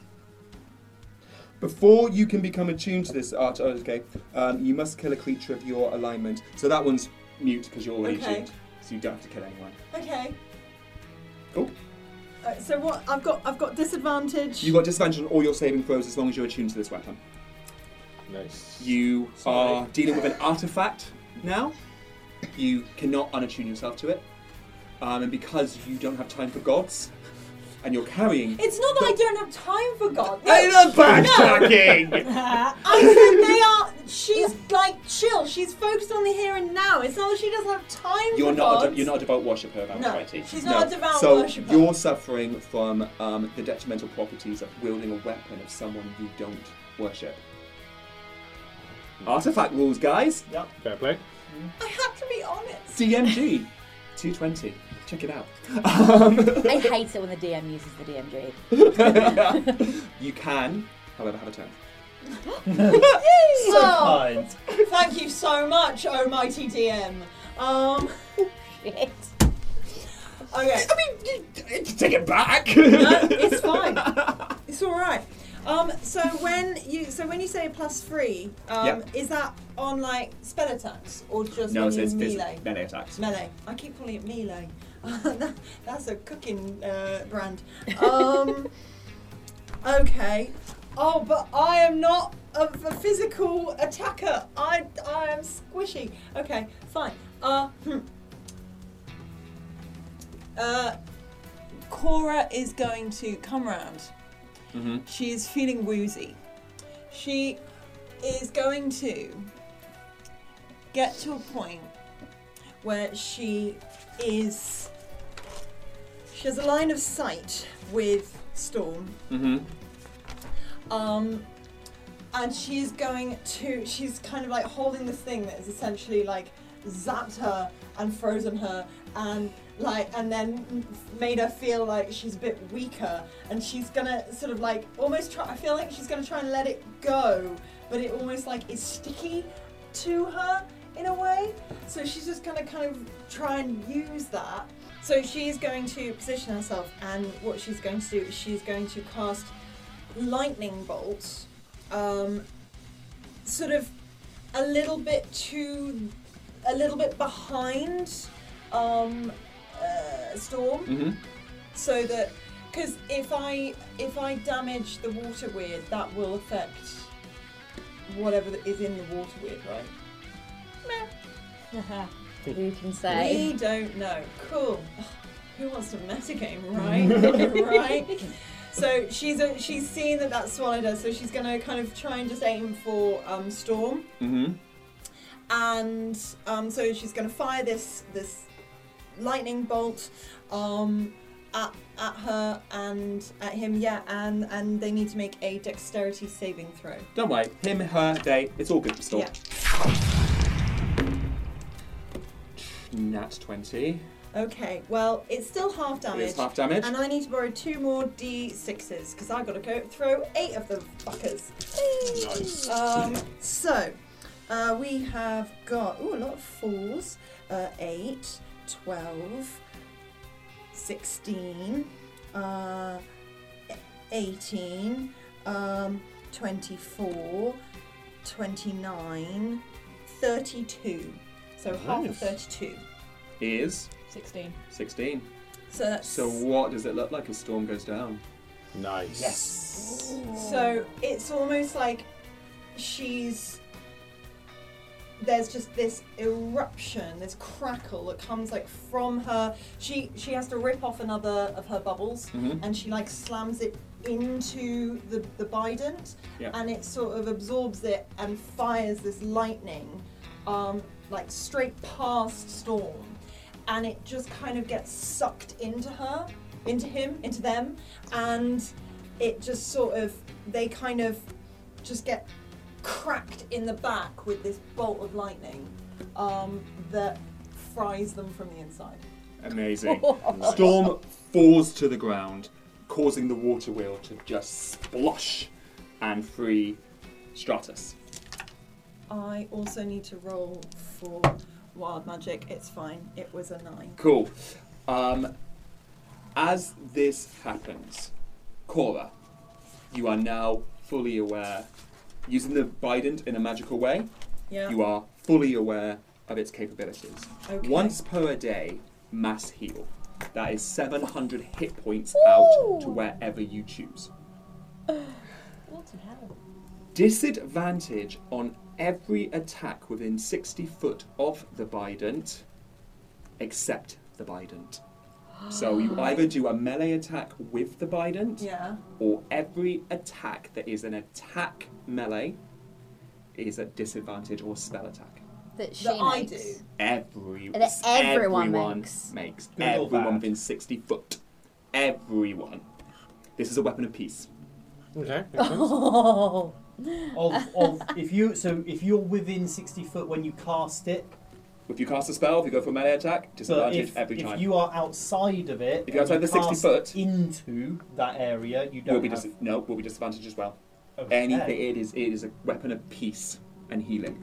Speaker 1: Before you can become attuned to this art, oh, okay, um, you must kill a creature of your alignment. So that one's mute because you're already
Speaker 2: Okay.
Speaker 1: attuned, so you don't have to kill anyone.
Speaker 2: Okay.
Speaker 1: Cool.
Speaker 2: Uh, so what? I've got I've got disadvantage.
Speaker 1: You got disadvantage on all your saving throws as long as you're attuned to this weapon.
Speaker 6: Nice.
Speaker 1: You
Speaker 3: Sorry.
Speaker 1: are dealing with an artifact now. You cannot unattune yourself to it, um, and because you don't have time for gods, and you're carrying.
Speaker 2: it's not that I don't have time for God.
Speaker 1: I love backtracking.
Speaker 2: I said they are. She's like chill. She's focused on the here and now. It's not that she doesn't have time
Speaker 1: you're
Speaker 2: for
Speaker 1: not. A,
Speaker 2: gods.
Speaker 1: de- you're not a devout worshipper of
Speaker 2: No,
Speaker 1: Aphrodite.
Speaker 2: she's not a devout
Speaker 1: so
Speaker 2: worshipper.
Speaker 1: you're suffering from um, the detrimental properties of wielding a weapon of someone you don't worship. Artifact rules, guys.
Speaker 3: Yep.
Speaker 6: Fair play.
Speaker 2: I have to be honest.
Speaker 1: DMG, two twenty. Check it out. Um,
Speaker 5: I hate it when the DM uses the DMG.
Speaker 1: you can, however, have a turn.
Speaker 3: So
Speaker 2: Oh.
Speaker 3: kind.
Speaker 2: Thank you so much, oh mighty DM. Um,
Speaker 5: Shit.
Speaker 2: okay,
Speaker 1: mean, take it back.
Speaker 2: no, it's fine. It's all right. Um, so when you so when you say plus three, um,
Speaker 1: Yep.
Speaker 2: is that on like spell attacks or just
Speaker 1: no,
Speaker 2: when
Speaker 1: it
Speaker 2: you
Speaker 1: says phys-
Speaker 2: melee?
Speaker 1: melee attacks.
Speaker 2: Melee. I keep calling it melee. That- That's a cooking uh, brand. Um, okay. Oh, but I am not a, a physical attacker. I I am squishy. Okay, fine. Uh, hmm. uh, Cora is going to come round.
Speaker 1: Mhm.
Speaker 2: She is feeling woozy. She is going to get to a point where she is. She has a line of sight with Storm,
Speaker 1: Mhm.
Speaker 2: um, and she is going to. She's kind of like holding this thing that has essentially like zapped her and frozen her, and like and then made her feel like she's a bit weaker. And she's gonna sort of like almost try. I feel like she's gonna try and let it go, but it almost like is sticky to her in a way. So she's just gonna kind of try and use that. So she's going to position herself, and what she's going to do is she's going to cast lightning bolt, um, sort of a little bit to, a little bit behind um, uh, Storm,
Speaker 1: Mhm.
Speaker 2: so that because if I if I damage the water weird, that will affect whatever that is in the water weird, right?
Speaker 5: Who can say?
Speaker 2: We don't know. Cool. Who wants to metagame, right? right. So she's a, she's seen that that swallowed her, so she's gonna kind of try and just aim for um, Storm,
Speaker 1: Mhm.
Speaker 2: and um, so she's gonna fire this this lightning bolt um, at at her and at him, yeah, and and they need to make a dexterity saving throw.
Speaker 1: Don't worry. Him, her, they. It's all good. Still.
Speaker 2: Yeah.
Speaker 1: Nat twenty.
Speaker 2: Okay, well, it's still half
Speaker 1: It
Speaker 2: damage.
Speaker 1: is half damage.
Speaker 2: And I need to borrow two more d6s because I got to go throw eight of them fuckers.
Speaker 6: Nice.
Speaker 2: Um, so uh, we have got ooh, a lot of fours uh, 8, 12, 16, uh, 18, um, 24, 29, 32. So half of
Speaker 1: Nice.
Speaker 2: 32.
Speaker 1: Is
Speaker 4: 16.
Speaker 1: 16.
Speaker 2: So that's
Speaker 1: So what does it look like as storm goes down?
Speaker 6: Nice.
Speaker 3: Yes.
Speaker 2: So it's almost like she's. There's just this eruption, this crackle that comes like from her. She she has to rip off another of her bubbles,
Speaker 1: Mhm.
Speaker 2: and she like slams it into the the bident,
Speaker 1: Yeah.
Speaker 2: and it sort of absorbs it and fires this lightning, um, like straight past Storm, and it just kind of gets sucked into her, into him, into them, and it just sort of they kind of just get cracked in the back with this bolt of lightning um, that fries them from the inside.
Speaker 1: Amazing. storm falls to the ground, causing the water wheel to just splosh and free Stratus.
Speaker 2: I also need to roll for wild magic. It's fine. It was a nine.
Speaker 1: Cool. Um, as this happens, Cora, you are now fully aware, using the Bident in a magical way,
Speaker 2: Yeah.
Speaker 1: you are fully aware of its capabilities.
Speaker 2: Okay.
Speaker 1: Once per day, mass heal. That is 700 hit points out to wherever you choose.
Speaker 4: What in hell?
Speaker 1: Disadvantage on every attack within 60 foot of the Bident, except the Bident. So you either do a melee attack with the Bident,
Speaker 2: Yeah.
Speaker 1: or every attack that is an attack melee is at disadvantage or spell attack.
Speaker 5: that she
Speaker 2: That I
Speaker 5: makes.
Speaker 2: do.
Speaker 1: Every,
Speaker 5: That everyone
Speaker 1: everyone
Speaker 5: makes.
Speaker 3: Good or
Speaker 1: everyone
Speaker 3: bad?
Speaker 1: within 60 foot. Everyone. This is a weapon of peace.
Speaker 6: Okay. makes sense.
Speaker 5: Oh,
Speaker 3: Of, of if you so if you're within sixty foot when you cast it,
Speaker 1: If you cast a spell, if you go for a melee attack,
Speaker 3: but
Speaker 1: disadvantage
Speaker 3: if,
Speaker 1: every
Speaker 3: if
Speaker 1: time.
Speaker 3: you are outside of it,
Speaker 1: If you're
Speaker 3: and
Speaker 1: outside the 60
Speaker 3: cast
Speaker 1: foot-
Speaker 3: into that area, you don't
Speaker 1: will be
Speaker 3: have
Speaker 1: dis- no, will be disadvantaged as well.
Speaker 3: okay.
Speaker 1: Anything it is it is a weapon of peace and healing.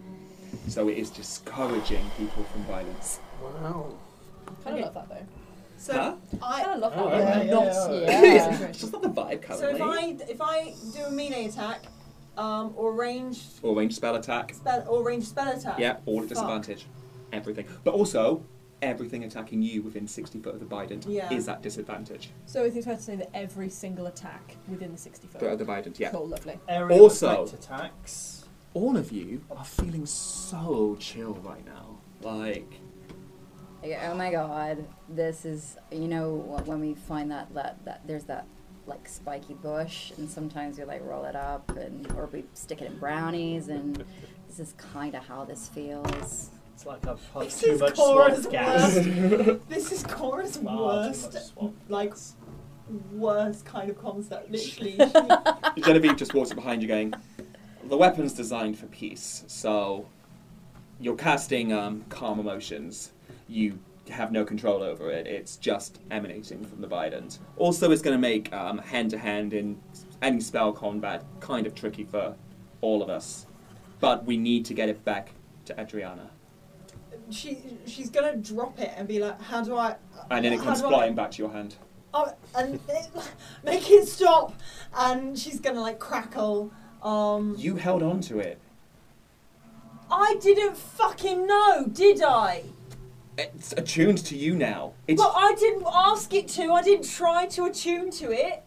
Speaker 1: So it is discouraging people from violence.
Speaker 6: wow.
Speaker 4: Kind of love that though.
Speaker 2: So
Speaker 1: Huh?
Speaker 2: I
Speaker 4: Kind of love that.
Speaker 6: Oh,
Speaker 4: though.
Speaker 3: yeah, yeah,
Speaker 1: Not-
Speaker 3: yeah, yeah.
Speaker 5: yeah.
Speaker 1: it's just not the vibe
Speaker 2: So
Speaker 1: currently.
Speaker 2: if I if I do a melee attack, um, or range
Speaker 1: Or range spell attack.
Speaker 2: spell or range spell attack.
Speaker 1: Yeah, all at
Speaker 2: Fuck.
Speaker 1: disadvantage. Everything. But also, everything attacking you within 60 foot of the Bident
Speaker 2: Yeah.
Speaker 1: is at disadvantage.
Speaker 4: So is it fair to say that every single attack within the 60 foot?
Speaker 1: Foot of the Bident, yeah.
Speaker 4: Cool, lovely.
Speaker 3: Area
Speaker 1: Also-
Speaker 3: effect attacks.
Speaker 1: All of you are feeling so chill right now. Like,
Speaker 5: Yeah, oh my god, this is you know wh- when we find that that, that there's that like spiky bush and sometimes we like roll it up and or we stick it in brownies and this is kind of how this feels.
Speaker 3: It's like I've had
Speaker 2: This
Speaker 3: too
Speaker 2: is
Speaker 3: much
Speaker 2: Cora's
Speaker 3: swamp gas.
Speaker 2: This is Cora's
Speaker 3: Far too
Speaker 2: worst,
Speaker 3: much swamp
Speaker 2: like
Speaker 3: gas.
Speaker 2: worst kind of concept. Literally, she,
Speaker 1: Genevieve just walks up behind you going, the weapon's designed for peace, so you're casting um, calm emotions. You have no control over it. It's just emanating from the Bident. Also, it's going to make um, hand-to-hand in any spell combat kind of tricky for all of us. But we need to get it back to Adriana.
Speaker 2: she she's gonna drop it and be like, "How do I?"
Speaker 1: And then it
Speaker 2: how
Speaker 1: comes
Speaker 2: do I-
Speaker 1: flying back to your hand.
Speaker 2: Oh, and it, make it stop. And she's gonna like crackle. Um,
Speaker 1: You held on to it.
Speaker 2: I didn't fucking know, did I?
Speaker 1: It's attuned to you now. It's
Speaker 2: Well, I didn't ask it to. I didn't try to attune to it.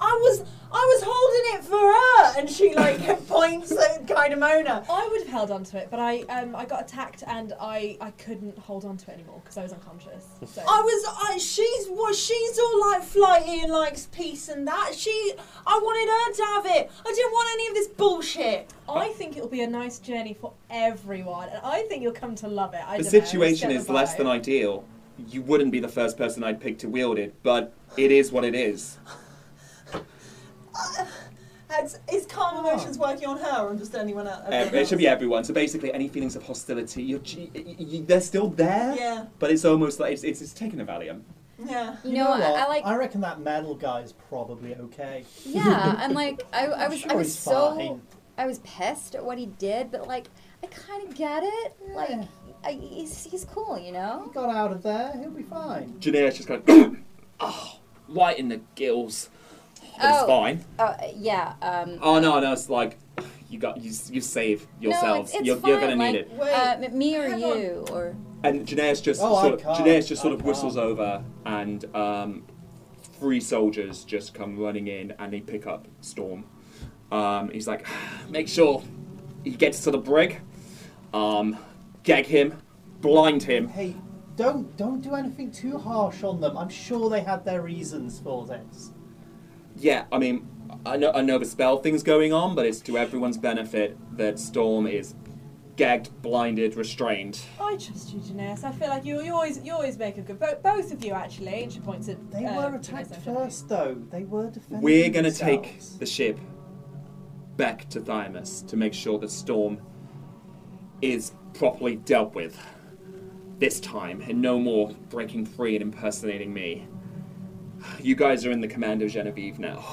Speaker 2: I was I was holding it for her, and she like points at Kaidamona.
Speaker 4: I would have held on to it, but I um, I got attacked and I, I couldn't hold on to it anymore because I was unconscious. So
Speaker 2: I was I, she's what she's all like flighty and likes peace and that. She I wanted her to have it. I didn't want any of this bullshit.
Speaker 4: I think it'll be a nice journey for everyone, and I think you'll come to love it. I
Speaker 1: the
Speaker 4: don't know,
Speaker 1: situation
Speaker 4: let's
Speaker 1: is
Speaker 4: get
Speaker 1: less than
Speaker 4: the vibe.
Speaker 1: ideal. You wouldn't be the first person I'd pick to wield it, but it is what it is.
Speaker 2: Has, is calm
Speaker 4: Oh.
Speaker 2: emotions working on her or on just anyone else?
Speaker 1: Ev- Um, it should be everyone. So basically, any feelings of hostility, you're, g- y- y- they're still there.
Speaker 2: Yeah.
Speaker 1: But it's almost like it's, it's, it's taking a Valium.
Speaker 2: Yeah.
Speaker 5: You, know, what? I, I like.
Speaker 3: I reckon that metal guy is probably okay.
Speaker 5: yeah, and like I, I
Speaker 3: I'm
Speaker 5: was, I
Speaker 3: sure
Speaker 5: was
Speaker 3: he's
Speaker 5: so,
Speaker 3: fine.
Speaker 5: I was pissed at what he did, but like I kind of get it. Like
Speaker 3: Yeah.
Speaker 5: I, he's, he's cool, you
Speaker 3: He
Speaker 5: know.
Speaker 3: got out of there. He'll be fine.
Speaker 1: Janea's just kind of, oh, white in the gills. But
Speaker 5: Oh.
Speaker 1: It's fine.
Speaker 5: Uh, yeah. Um,
Speaker 1: Oh no, no, it's like you got you, you save yourselves.
Speaker 5: No, it's, it's
Speaker 1: you're,
Speaker 5: fine.
Speaker 1: you're gonna
Speaker 5: like,
Speaker 1: need it.
Speaker 2: Wait,
Speaker 5: uh, m- me or
Speaker 2: hang
Speaker 5: you or
Speaker 1: And Janaeus just
Speaker 3: Oh, I
Speaker 1: sort of
Speaker 3: can't.
Speaker 1: Janaeus just sort
Speaker 3: I
Speaker 1: of whistles
Speaker 3: can't.
Speaker 1: over, and um, three soldiers just come running in, and they pick up Storm. Um, he's like, make sure he gets to the brig, um, gag him, blind him.
Speaker 3: Hey, don't don't do anything too harsh on them. I'm sure they had their reasons for this.
Speaker 1: Yeah, I mean, I know I know the spell thing's going on, but it's to everyone's benefit that Storm is gagged, blinded, restrained.
Speaker 4: I trust you, Janice. I feel like you, you always you always make a good both, both of you actually. And she points at
Speaker 3: They
Speaker 4: uh,
Speaker 3: were attacked
Speaker 4: Janaeus and Janaeus.
Speaker 3: first, though. They were defending
Speaker 1: We're going to take
Speaker 3: themselves.
Speaker 1: the ship back to Thymus to make sure the storm is properly dealt with this time and no more breaking free and impersonating me. You guys are in the command of Genevieve now.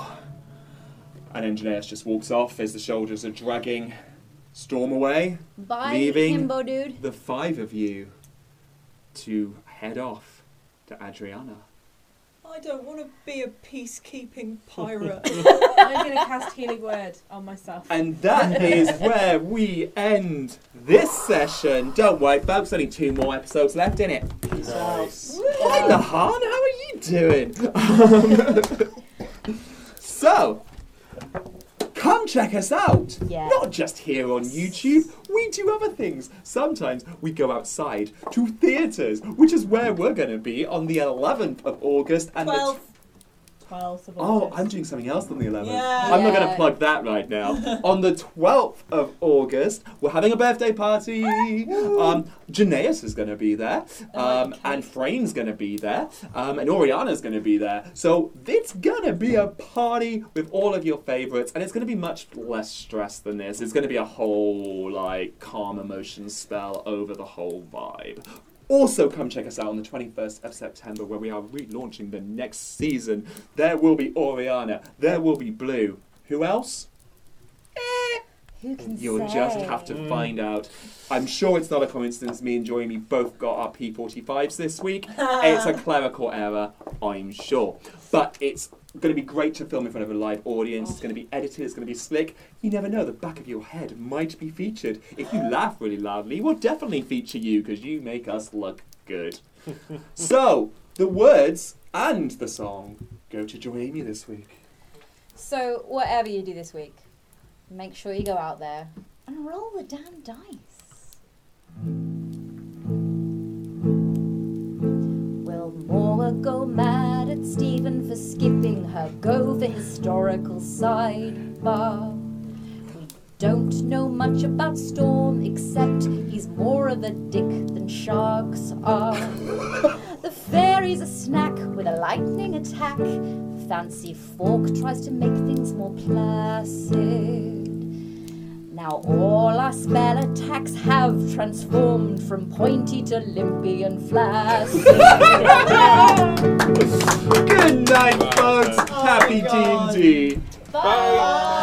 Speaker 1: And Engineers just walks off as the soldiers are dragging Storm away.
Speaker 5: bye,
Speaker 1: Leaving.
Speaker 5: himbo dude.
Speaker 1: The five of you to head off to Adriana.
Speaker 2: I don't want to be a peacekeeping pirate.
Speaker 4: I'm gonna cast healing word on myself.
Speaker 1: And that is where we end this session. Don't worry, folks, only two more episodes left in it.
Speaker 3: Nice.
Speaker 1: Hi, Lahan, how are you doing? Um, so, come check us out.
Speaker 5: Yeah.
Speaker 1: Not just here on YouTube, we do other things. Sometimes we go outside to theatres, which is where we're going to be on the 11th of August and the
Speaker 2: Twelve.
Speaker 4: Twelve of
Speaker 1: Oh,
Speaker 4: August.
Speaker 1: I'm doing something else on the 11th.
Speaker 2: Yeah.
Speaker 1: I'm not going to
Speaker 5: Yeah.
Speaker 1: plug that right now. on the 12th of August, we're having a birthday party. um, Janaeus is going to be there, um, and Frane's going to be there, um, and Oriana's going to be there. So it's going to be a party with all of your favourites, and it's going to be much less stress than this. It's going to be a whole, like, calm emotion spell over the whole vibe. Also, come check us out on the 21st of September where we are relaunching the next season. There will be Oriana, there will be Blue. Who else?
Speaker 5: Who can
Speaker 1: You'll
Speaker 5: say?
Speaker 1: just have to find out. Mm. I'm sure it's not a coincidence me and Joy Me both got our P45s this week. it's a clerical error, I'm sure. But it's going to be great to film in front of a live audience. It's going to be edited, it's going to be slick. You never know, the back of your head might be featured. If you laugh really loudly, we'll definitely feature you because you make us look good. so, the words and the song go to Joy Amy this week.
Speaker 5: So whatever you do this week, make sure you go out there and roll the damn dice. Will Moore go mad at Stephen for skipping her go for historical sidebar? We don't know much about Storm except he's more of a dick than sharks are. The fairy's a snack with a lightning attack. Fancy Fork tries to make things more placid. Now all our spell attacks have transformed from pointy to limpy and flaccid.
Speaker 1: Good night, folks.
Speaker 2: Oh my
Speaker 1: Happy
Speaker 2: God.
Speaker 1: D&D.
Speaker 5: Bye.